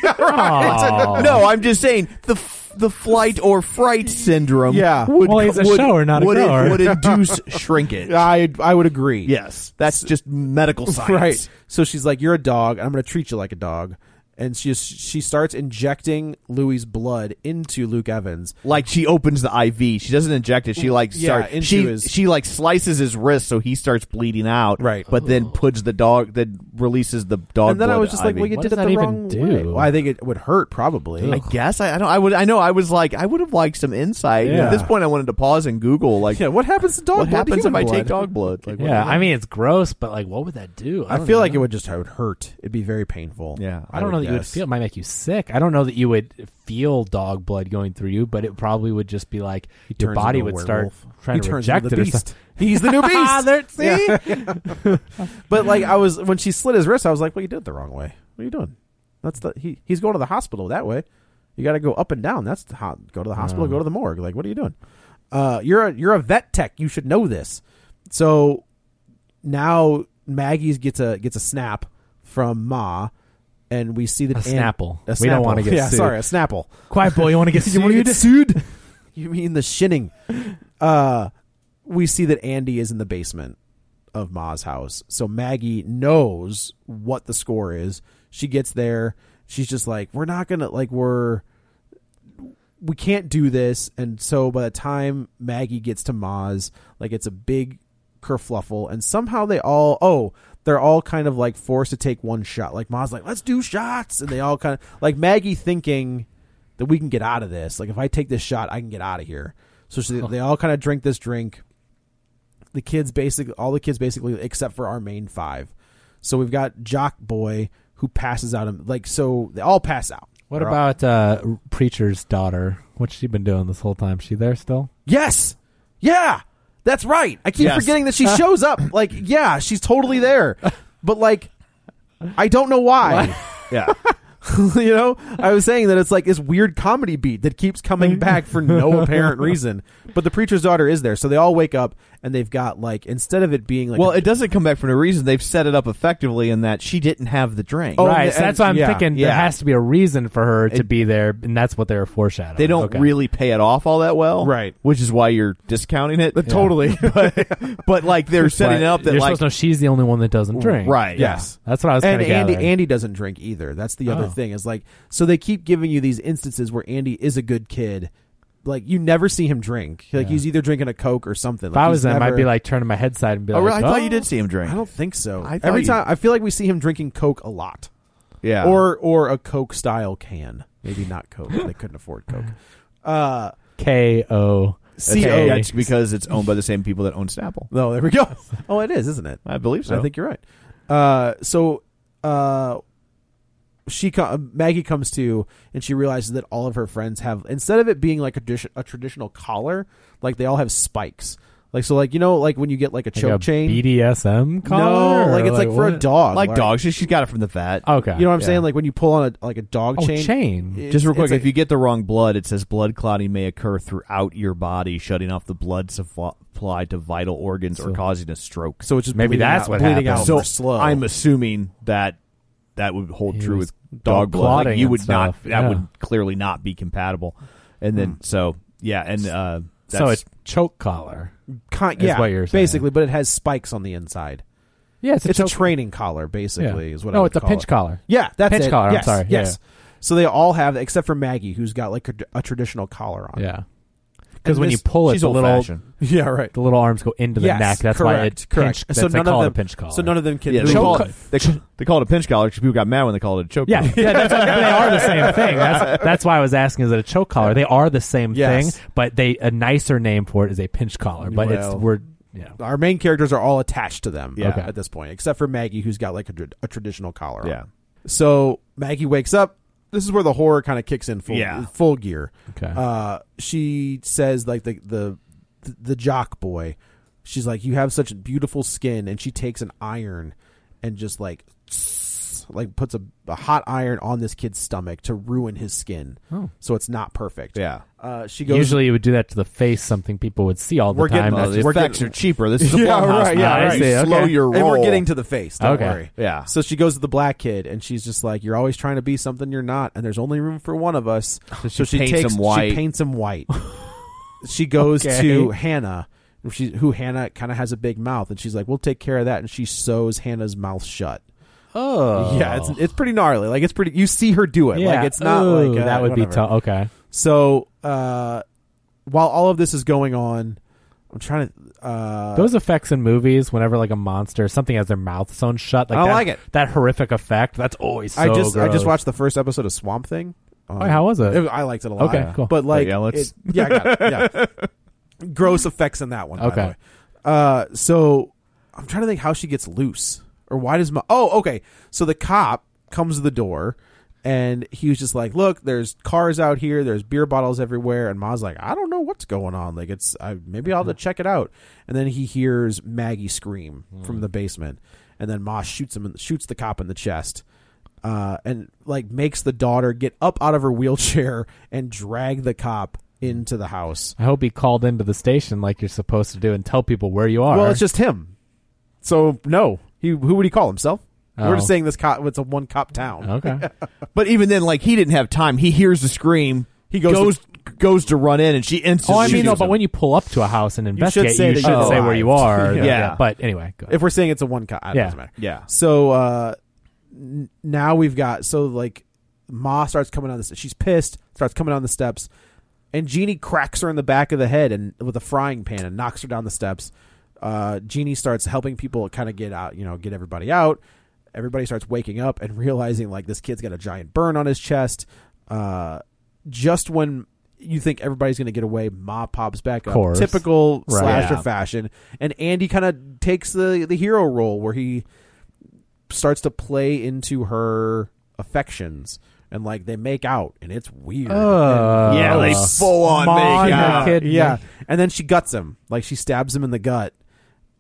Aw.
no, I'm just saying the f- the flight or fright syndrome.
Yeah.
would,
Well, he's a
would,
shower, not a
would,
grower.
would induce shrinkage.
I, I would agree.
yes, that's just medical science.
Right. So she's like, "You're a dog. and I'm going to treat you like a dog." And she she starts injecting Louis' blood into Luke Evans.
Like she opens the IV, she doesn't inject it. She like
Yeah,
starts.
into
she
his-
she like slices his wrist so he starts bleeding out.
Right.
But then puts the dog. Then releases the dog.
and then I
blood
was just like,
IV.
"Well, you
What
did it
does
the
that even
wrong
do?
way." Well, I think it would hurt probably.
I guess I, I don't. I would. I know. I was like, I would have liked some insight.
Yeah.
At this point, I wanted to pause and Google. Like,
Yeah, what happens to dog
what
blood to
happens if
human
I take
blood?
dog blood? Like, what
Yeah,
do
I
you-
mean it's gross, but like, what would that do?
I,
don't
feel
know.
like it would just it would hurt. It'd be very painful.
Yeah.
I don't know that you would
guess.
feel. It might make you sick. I don't know that you would feel dog blood going through you, but it probably would just be like your
turns
body
into a
would start
werewolf.
trying
He
to
turns
reject
into the
it. Or
beast.
something.
He's the new
Ah,
beast.
there- see?
but like I was when she slit his wrist, I was like, "Well, you did it the wrong way. What are you doing? That's the he he's going to the hospital that way. You got to go up and down. That's the ho- go to the hospital,
Oh.
go to the morgue. Like, what are you doing? Uh, you're a you're a vet tech. You should know this. So now Maggie's gets a gets a snap from Ma, and we see that
A
Ann-
Snapple.
A
We don't
Snapple.
wanna get
yeah,
sued.
Sorry, a Snapple.
Quiet boy, you want to get
You
sued?
want to get sued? you mean the shinning? Uh, we see that Andy is in the basement of Ma's house, so Maggie knows what the score is. She gets there. She's just like, we're not gonna like we're we can't do this. And so by the time Maggie gets to Ma's, like it's a big kerfluffle, and somehow they all oh they're all kind of like forced to take one shot. Like Ma's like, let's do shots, and they all kind of like Maggie thinking that we can get out of this. Like if I take this shot, I can get out of here. So she, they all kind of drink this drink. The kids basically, all the kids basically, except for our main five. So we've got Jock Boy who passes out. um, Like so, they all pass out.
What
They're all-
about uh, preacher's daughter? What's she been doing this whole time? She there still?
Yes. Yeah. That's right. I keep
Yes.
forgetting that she shows up. Like, yeah, she's totally there. But like I don't know why.
yeah,
you know? I was saying that it's like this weird comedy beat that keeps coming back for no apparent reason. But the preacher's daughter is there. So they all wake up and they've got like instead of it being like
well,
a-
it doesn't come back for no reason. They've set it up effectively in that she didn't have the drink.
Oh,
right.
and-
so that's why I'm
yeah,
thinking
yeah.
there has to be a reason for her to be there, and that's what they were foreshadowing.
they don't
Okay.
really pay it off all that well,
Right.
Which is why you're discounting it totally. but, but like they're setting
But
it up that
you're
like
supposed to know she's the only one that doesn't drink.
right,
Yeah.
Yes.
That's what I was kind
and
of
Andy
gathering.
Andy doesn't drink either. That's the other
Oh.
thing. Is like so they keep giving you these instances where Andy is a good kid. like you never see him drink. Like
Yeah.
he's either drinking a coke or something.
If I was
he's
them, I'd
never-
be like turning my head side and be
Oh,
like,
really? I
"Oh."
thought you did see him drink.
I don't think so.
I thought
Every
you-
time I feel like we see him drinking coke a lot.
Yeah.
Oh.
or or a Coke style can. Maybe not Coke. they couldn't afford Coke. Uh,
K O.
C
Okay,
O.
that's because it's owned by the same people that own Snapple.
No, there we go. Oh, it is, isn't it?
I believe so.
I think you're right. Uh, so uh, she co- Maggie comes to and she realizes that all of her friends have instead of it being like a, dish- a traditional collar, like they all have spikes. Like so, like you know, like when you get like a choke
like a
chain.
BDSM collar?
no,
or
like it's like, for a
what?
dog,
like dogs, she, she got it from the vet.
Okay.
You know what I'm
yeah.
saying? Like when you pull on a like a dog
Oh,
chain.
chain.
Just real
it's-
quick,
it's
if
a-
you get the wrong blood, it says blood clotting may occur throughout your body, shutting off the blood supply to vital organs or causing a stroke.
so it's just
Maybe
bleeding
that's
out,
what
bleeding
happened.
out
So
for slow.
I'm assuming that that would hold
He
true
was
with dog
dog
blood. Like
clotting
you
and
would
stuff,
not. That
yeah.
would clearly not be compatible. And then so yeah, and uh, that's,
So it's choke collar.
Con-
Is
yeah,
what you're saying.
basically, but it has spikes on the inside.
Yeah, it's a
It's a
choke-
training collar, basically,
Yeah.
is what.
No,
I would
it's a
call
pinch
it.
collar.
Yeah, that's
Pinch
it.
collar, I'm
Yes,
sorry. Yeah,
Yes. So they all have, except for Maggie, who's got like a, a traditional collar on.
Yeah. Because
And
when you
this-
pull it,
she's
the little
old-fashioned.
yeah, right.
the little arms go into the
Yes,
neck. That's why
correct,
it Pinch,
correct. so
that's- they
none
call
of
it
them
a pinch collar.
So none of them can.
Yeah, they
move.
call,
Choke-
it, they, they call it a pinch collar because people got mad when they called it a choke.
Yeah,
collar.
yeah, that's what, they are the same thing. That's that's why I was asking: is it a choke collar? They are the same
Yes.
thing, but they a nicer name for it is a pinch collar. But it's
Well.
we're yeah.
Our main characters are all attached to them.
Yeah.
okay, at this point, except for Maggie, who's got like a, tra- a traditional collar. on.
yeah.
So Maggie wakes up. This is where the horror kind of kicks in full,
Yeah.
full gear.
Okay.
Uh, she says like the the the jock boy. She's like, you have such beautiful skin, and she takes an iron and just like like puts a, a hot iron on this kid's stomach to ruin his skin,
Oh.
so it's not perfect.
Yeah.
Uh, she goes.
Usually, you would do that to the face, something people would see all the
We're getting
time.
all
Well,
That's
the
we're
effects
getting-
are cheaper. This is a
yeah,
Blumhouse
right,
now.
yeah,
I
right.
see,
You
okay.
Slow your roll.
and we're getting to the face. Don't
Okay.
worry.
Yeah.
So she goes to the black kid, and she's just like, "You're always trying to be something you're not, and there's only room for one of us." So she,
paints
takes,
him white.
She paints him white. she goes
Okay.
to Hannah, who she, who Hannah kind of has a big mouth, and she's like, "We'll take care of that." And she sews Hannah's mouth shut.
oh
Yeah, it's it's pretty gnarly. Like it's pretty. You see her do it.
Yeah.
Like it's not
Ooh,
like uh,
that would
whatever.
be tough. Okay,
So uh, while all of this is going on, I'm trying to. Uh,
those effects in movies, whenever like a monster, something has their mouth sewn shut, like
I
that,
like it.
That horrific effect. That's always. So
I just I
gross.
just watched the first episode of Swamp Thing. Um,
Oh, how was it?
I liked it a lot.
Okay, cool.
But like,
yeah, let's-
it- yeah, I got it. yeah. gross effects in that one. By
Okay.
the way. Uh, so I'm trying to think how she gets loose or why does my oh okay so the cop comes to the door and he was just like look there's cars out here there's beer bottles everywhere and Ma's like I don't know what's going on like it's I, maybe I'll have to check it out and then he hears Maggie scream from the basement and then Ma shoots him in, shoots the cop in the chest uh, and like makes the daughter get up out of her wheelchair and drag the cop into the house.
I hope he called into the station like you're supposed to do and tell people where you are.
Well, it's just him. So no, he who would he call himself?
Oh.
We're just saying this cop. It's a one cop town.
okay.
But even then, like he didn't have time. He hears the scream. He
goes
goes to, goes to run in, and she instantly.
Oh, I mean,
shoots
no,
him.
but when you pull up to a house and investigate, you should
say
say,
that
where
you arrived.
you are.
Yeah.
But anyway, go
If we're saying it's a one cop, it
Yeah.
doesn't matter.
Yeah.
So uh, n- now we've got so like Ma starts coming down the. She's pissed. Starts coming down the steps, and Jeannie cracks her in the back of the head and with a frying pan and knocks her down the steps. Uh, Jeannie starts helping people kind of get out. You know, get everybody out. Everybody starts waking up and realizing like this kid's got a giant burn on his chest. Uh, just when you think everybody's going to get away, Ma pops back up.
Course.
Typical
Right.
slasher
Yeah.
fashion, and Andy kind of takes the the hero role where he starts to play into her affections and like they make out and it's weird.
Oh.
And-
yeah, they full on
Come
make
on,
out.
that kid.
yeah. And then she guts him. Like she stabs him in the gut.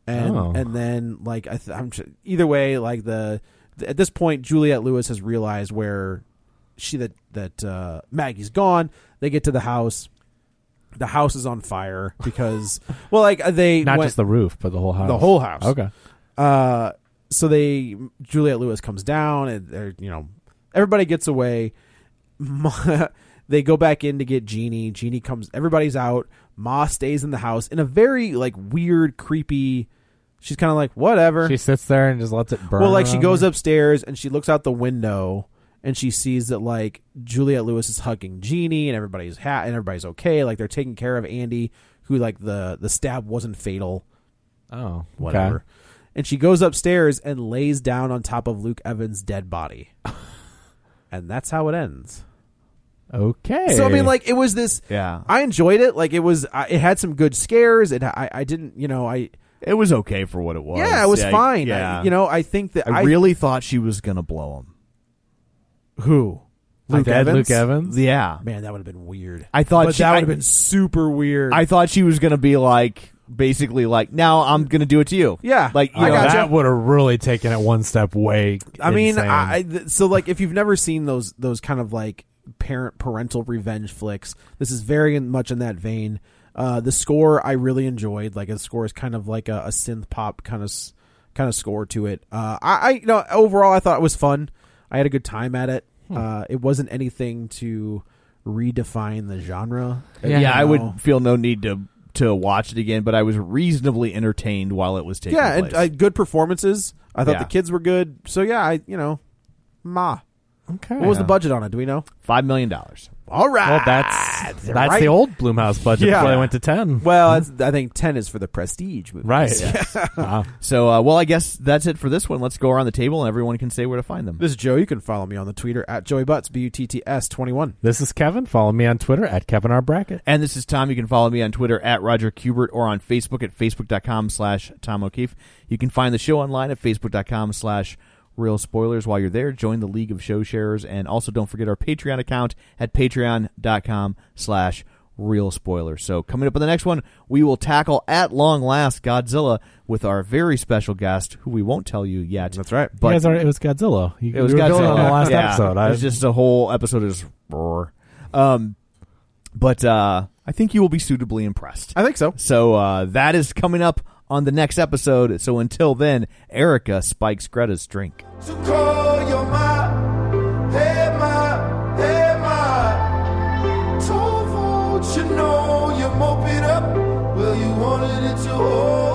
And
Oh.
and then like I th- I'm j- either way like the th- at this point Juliet Lewis has realized where she that that uh, Maggie's gone. They get to the house. The house is on fire because well like they
Not
went-
just the roof, but the whole house.
the whole house.
Okay.
Uh, so they Juliet Lewis comes down, and they're you know everybody gets away. Ma, they go back in to get Jeannie. Jeannie comes. Everybody's out. Ma stays in the house in a very like weird, creepy. She's kind of like whatever.
She sits there and just lets it burn.
well, like she
around
goes
her.
upstairs and she looks out the window and she sees that like Juliet Lewis is hugging Jeannie and everybody's hat and everybody's okay. Like they're taking care of Andy, who like the the stab wasn't fatal,
Oh,
whatever. And she goes upstairs and lays down on top of Luke Evans' dead body. and that's how it ends.
Okay.
So I mean, like it was this.
Yeah.
I enjoyed it. Like it was. I, it had some good scares. It. I. I didn't. You know. I.
It was okay for what it was.
yeah. It was fine.
yeah.
I, you know. I think that
I really thought she was gonna blow him.
who
My dad, Oh, Luke Evans.
Yeah,
Man, that would have been weird.
I thought
But
she-
that
I-
would have been super weird.
I thought she was gonna be like basically like now I'm gonna do it to you.
Yeah.
like you
I
know,
gotcha.
that-
That would have really taken it one step way.
I mean,
insane.
I, I th- so like if you've never seen those those kind of like parent parental revenge flicks, this is very in- much in that vein. Uh, the score I really enjoyed. Like the score is kind of like a, a synth pop kind of kind of score to it. Uh, I, I you know overall I thought it was fun. I had a good time at it. Uh, it wasn't anything to redefine the genre.
yeah,
you
I
know.
would feel no need to to watch it again, but I was reasonably entertained while it was taking
Yeah, and
place.
uh, good performances. I thought
Yeah.
the kids were good. So yeah, I you know, ma.
okay.
What was the budget on it? Do we know?
Five million dollars.
All right.
Well, that's that's
right.
the old Bloomhouse budget
Yeah.
before they went to ten.
Well, that's, I think ten is for the prestige movie.
right. Wow.
So, uh, well, I guess that's it for this one. Let's go around the table and everyone can say where to find them.
This is Joe. You can follow me on the Twitter at Joey Butts B U T T S twenty one.
This is Kevin. Follow me on Twitter at Kevin R Brackett.
And this is Tom. You can follow me on Twitter at Roger Kubert or on Facebook at Facebook.com slash Tom O'Keefe. You can find the show online at Facebook.com slash Real Spoilers. While you're there, join the League of Show Sharers. And also don't forget our Patreon account at Patreon.com slash Real Spoilers. So coming up in the next one, we will tackle at long last Godzilla with our very special guest, who we won't tell you yet.
That's right.
But
you guys are, it was Godzilla. You,
it was
you were
Godzilla
going on the last
Yeah.
episode. I
It was just a whole episode of just roar. Um, but uh, I think you will be suitably impressed.
I think so.
So uh, that is coming up on the next episode. So until then, Erica spikes Greta's drink.
So call your ma, hey ma, hey ma. Told folks you know you're moping up. Well, you wanted it to hold.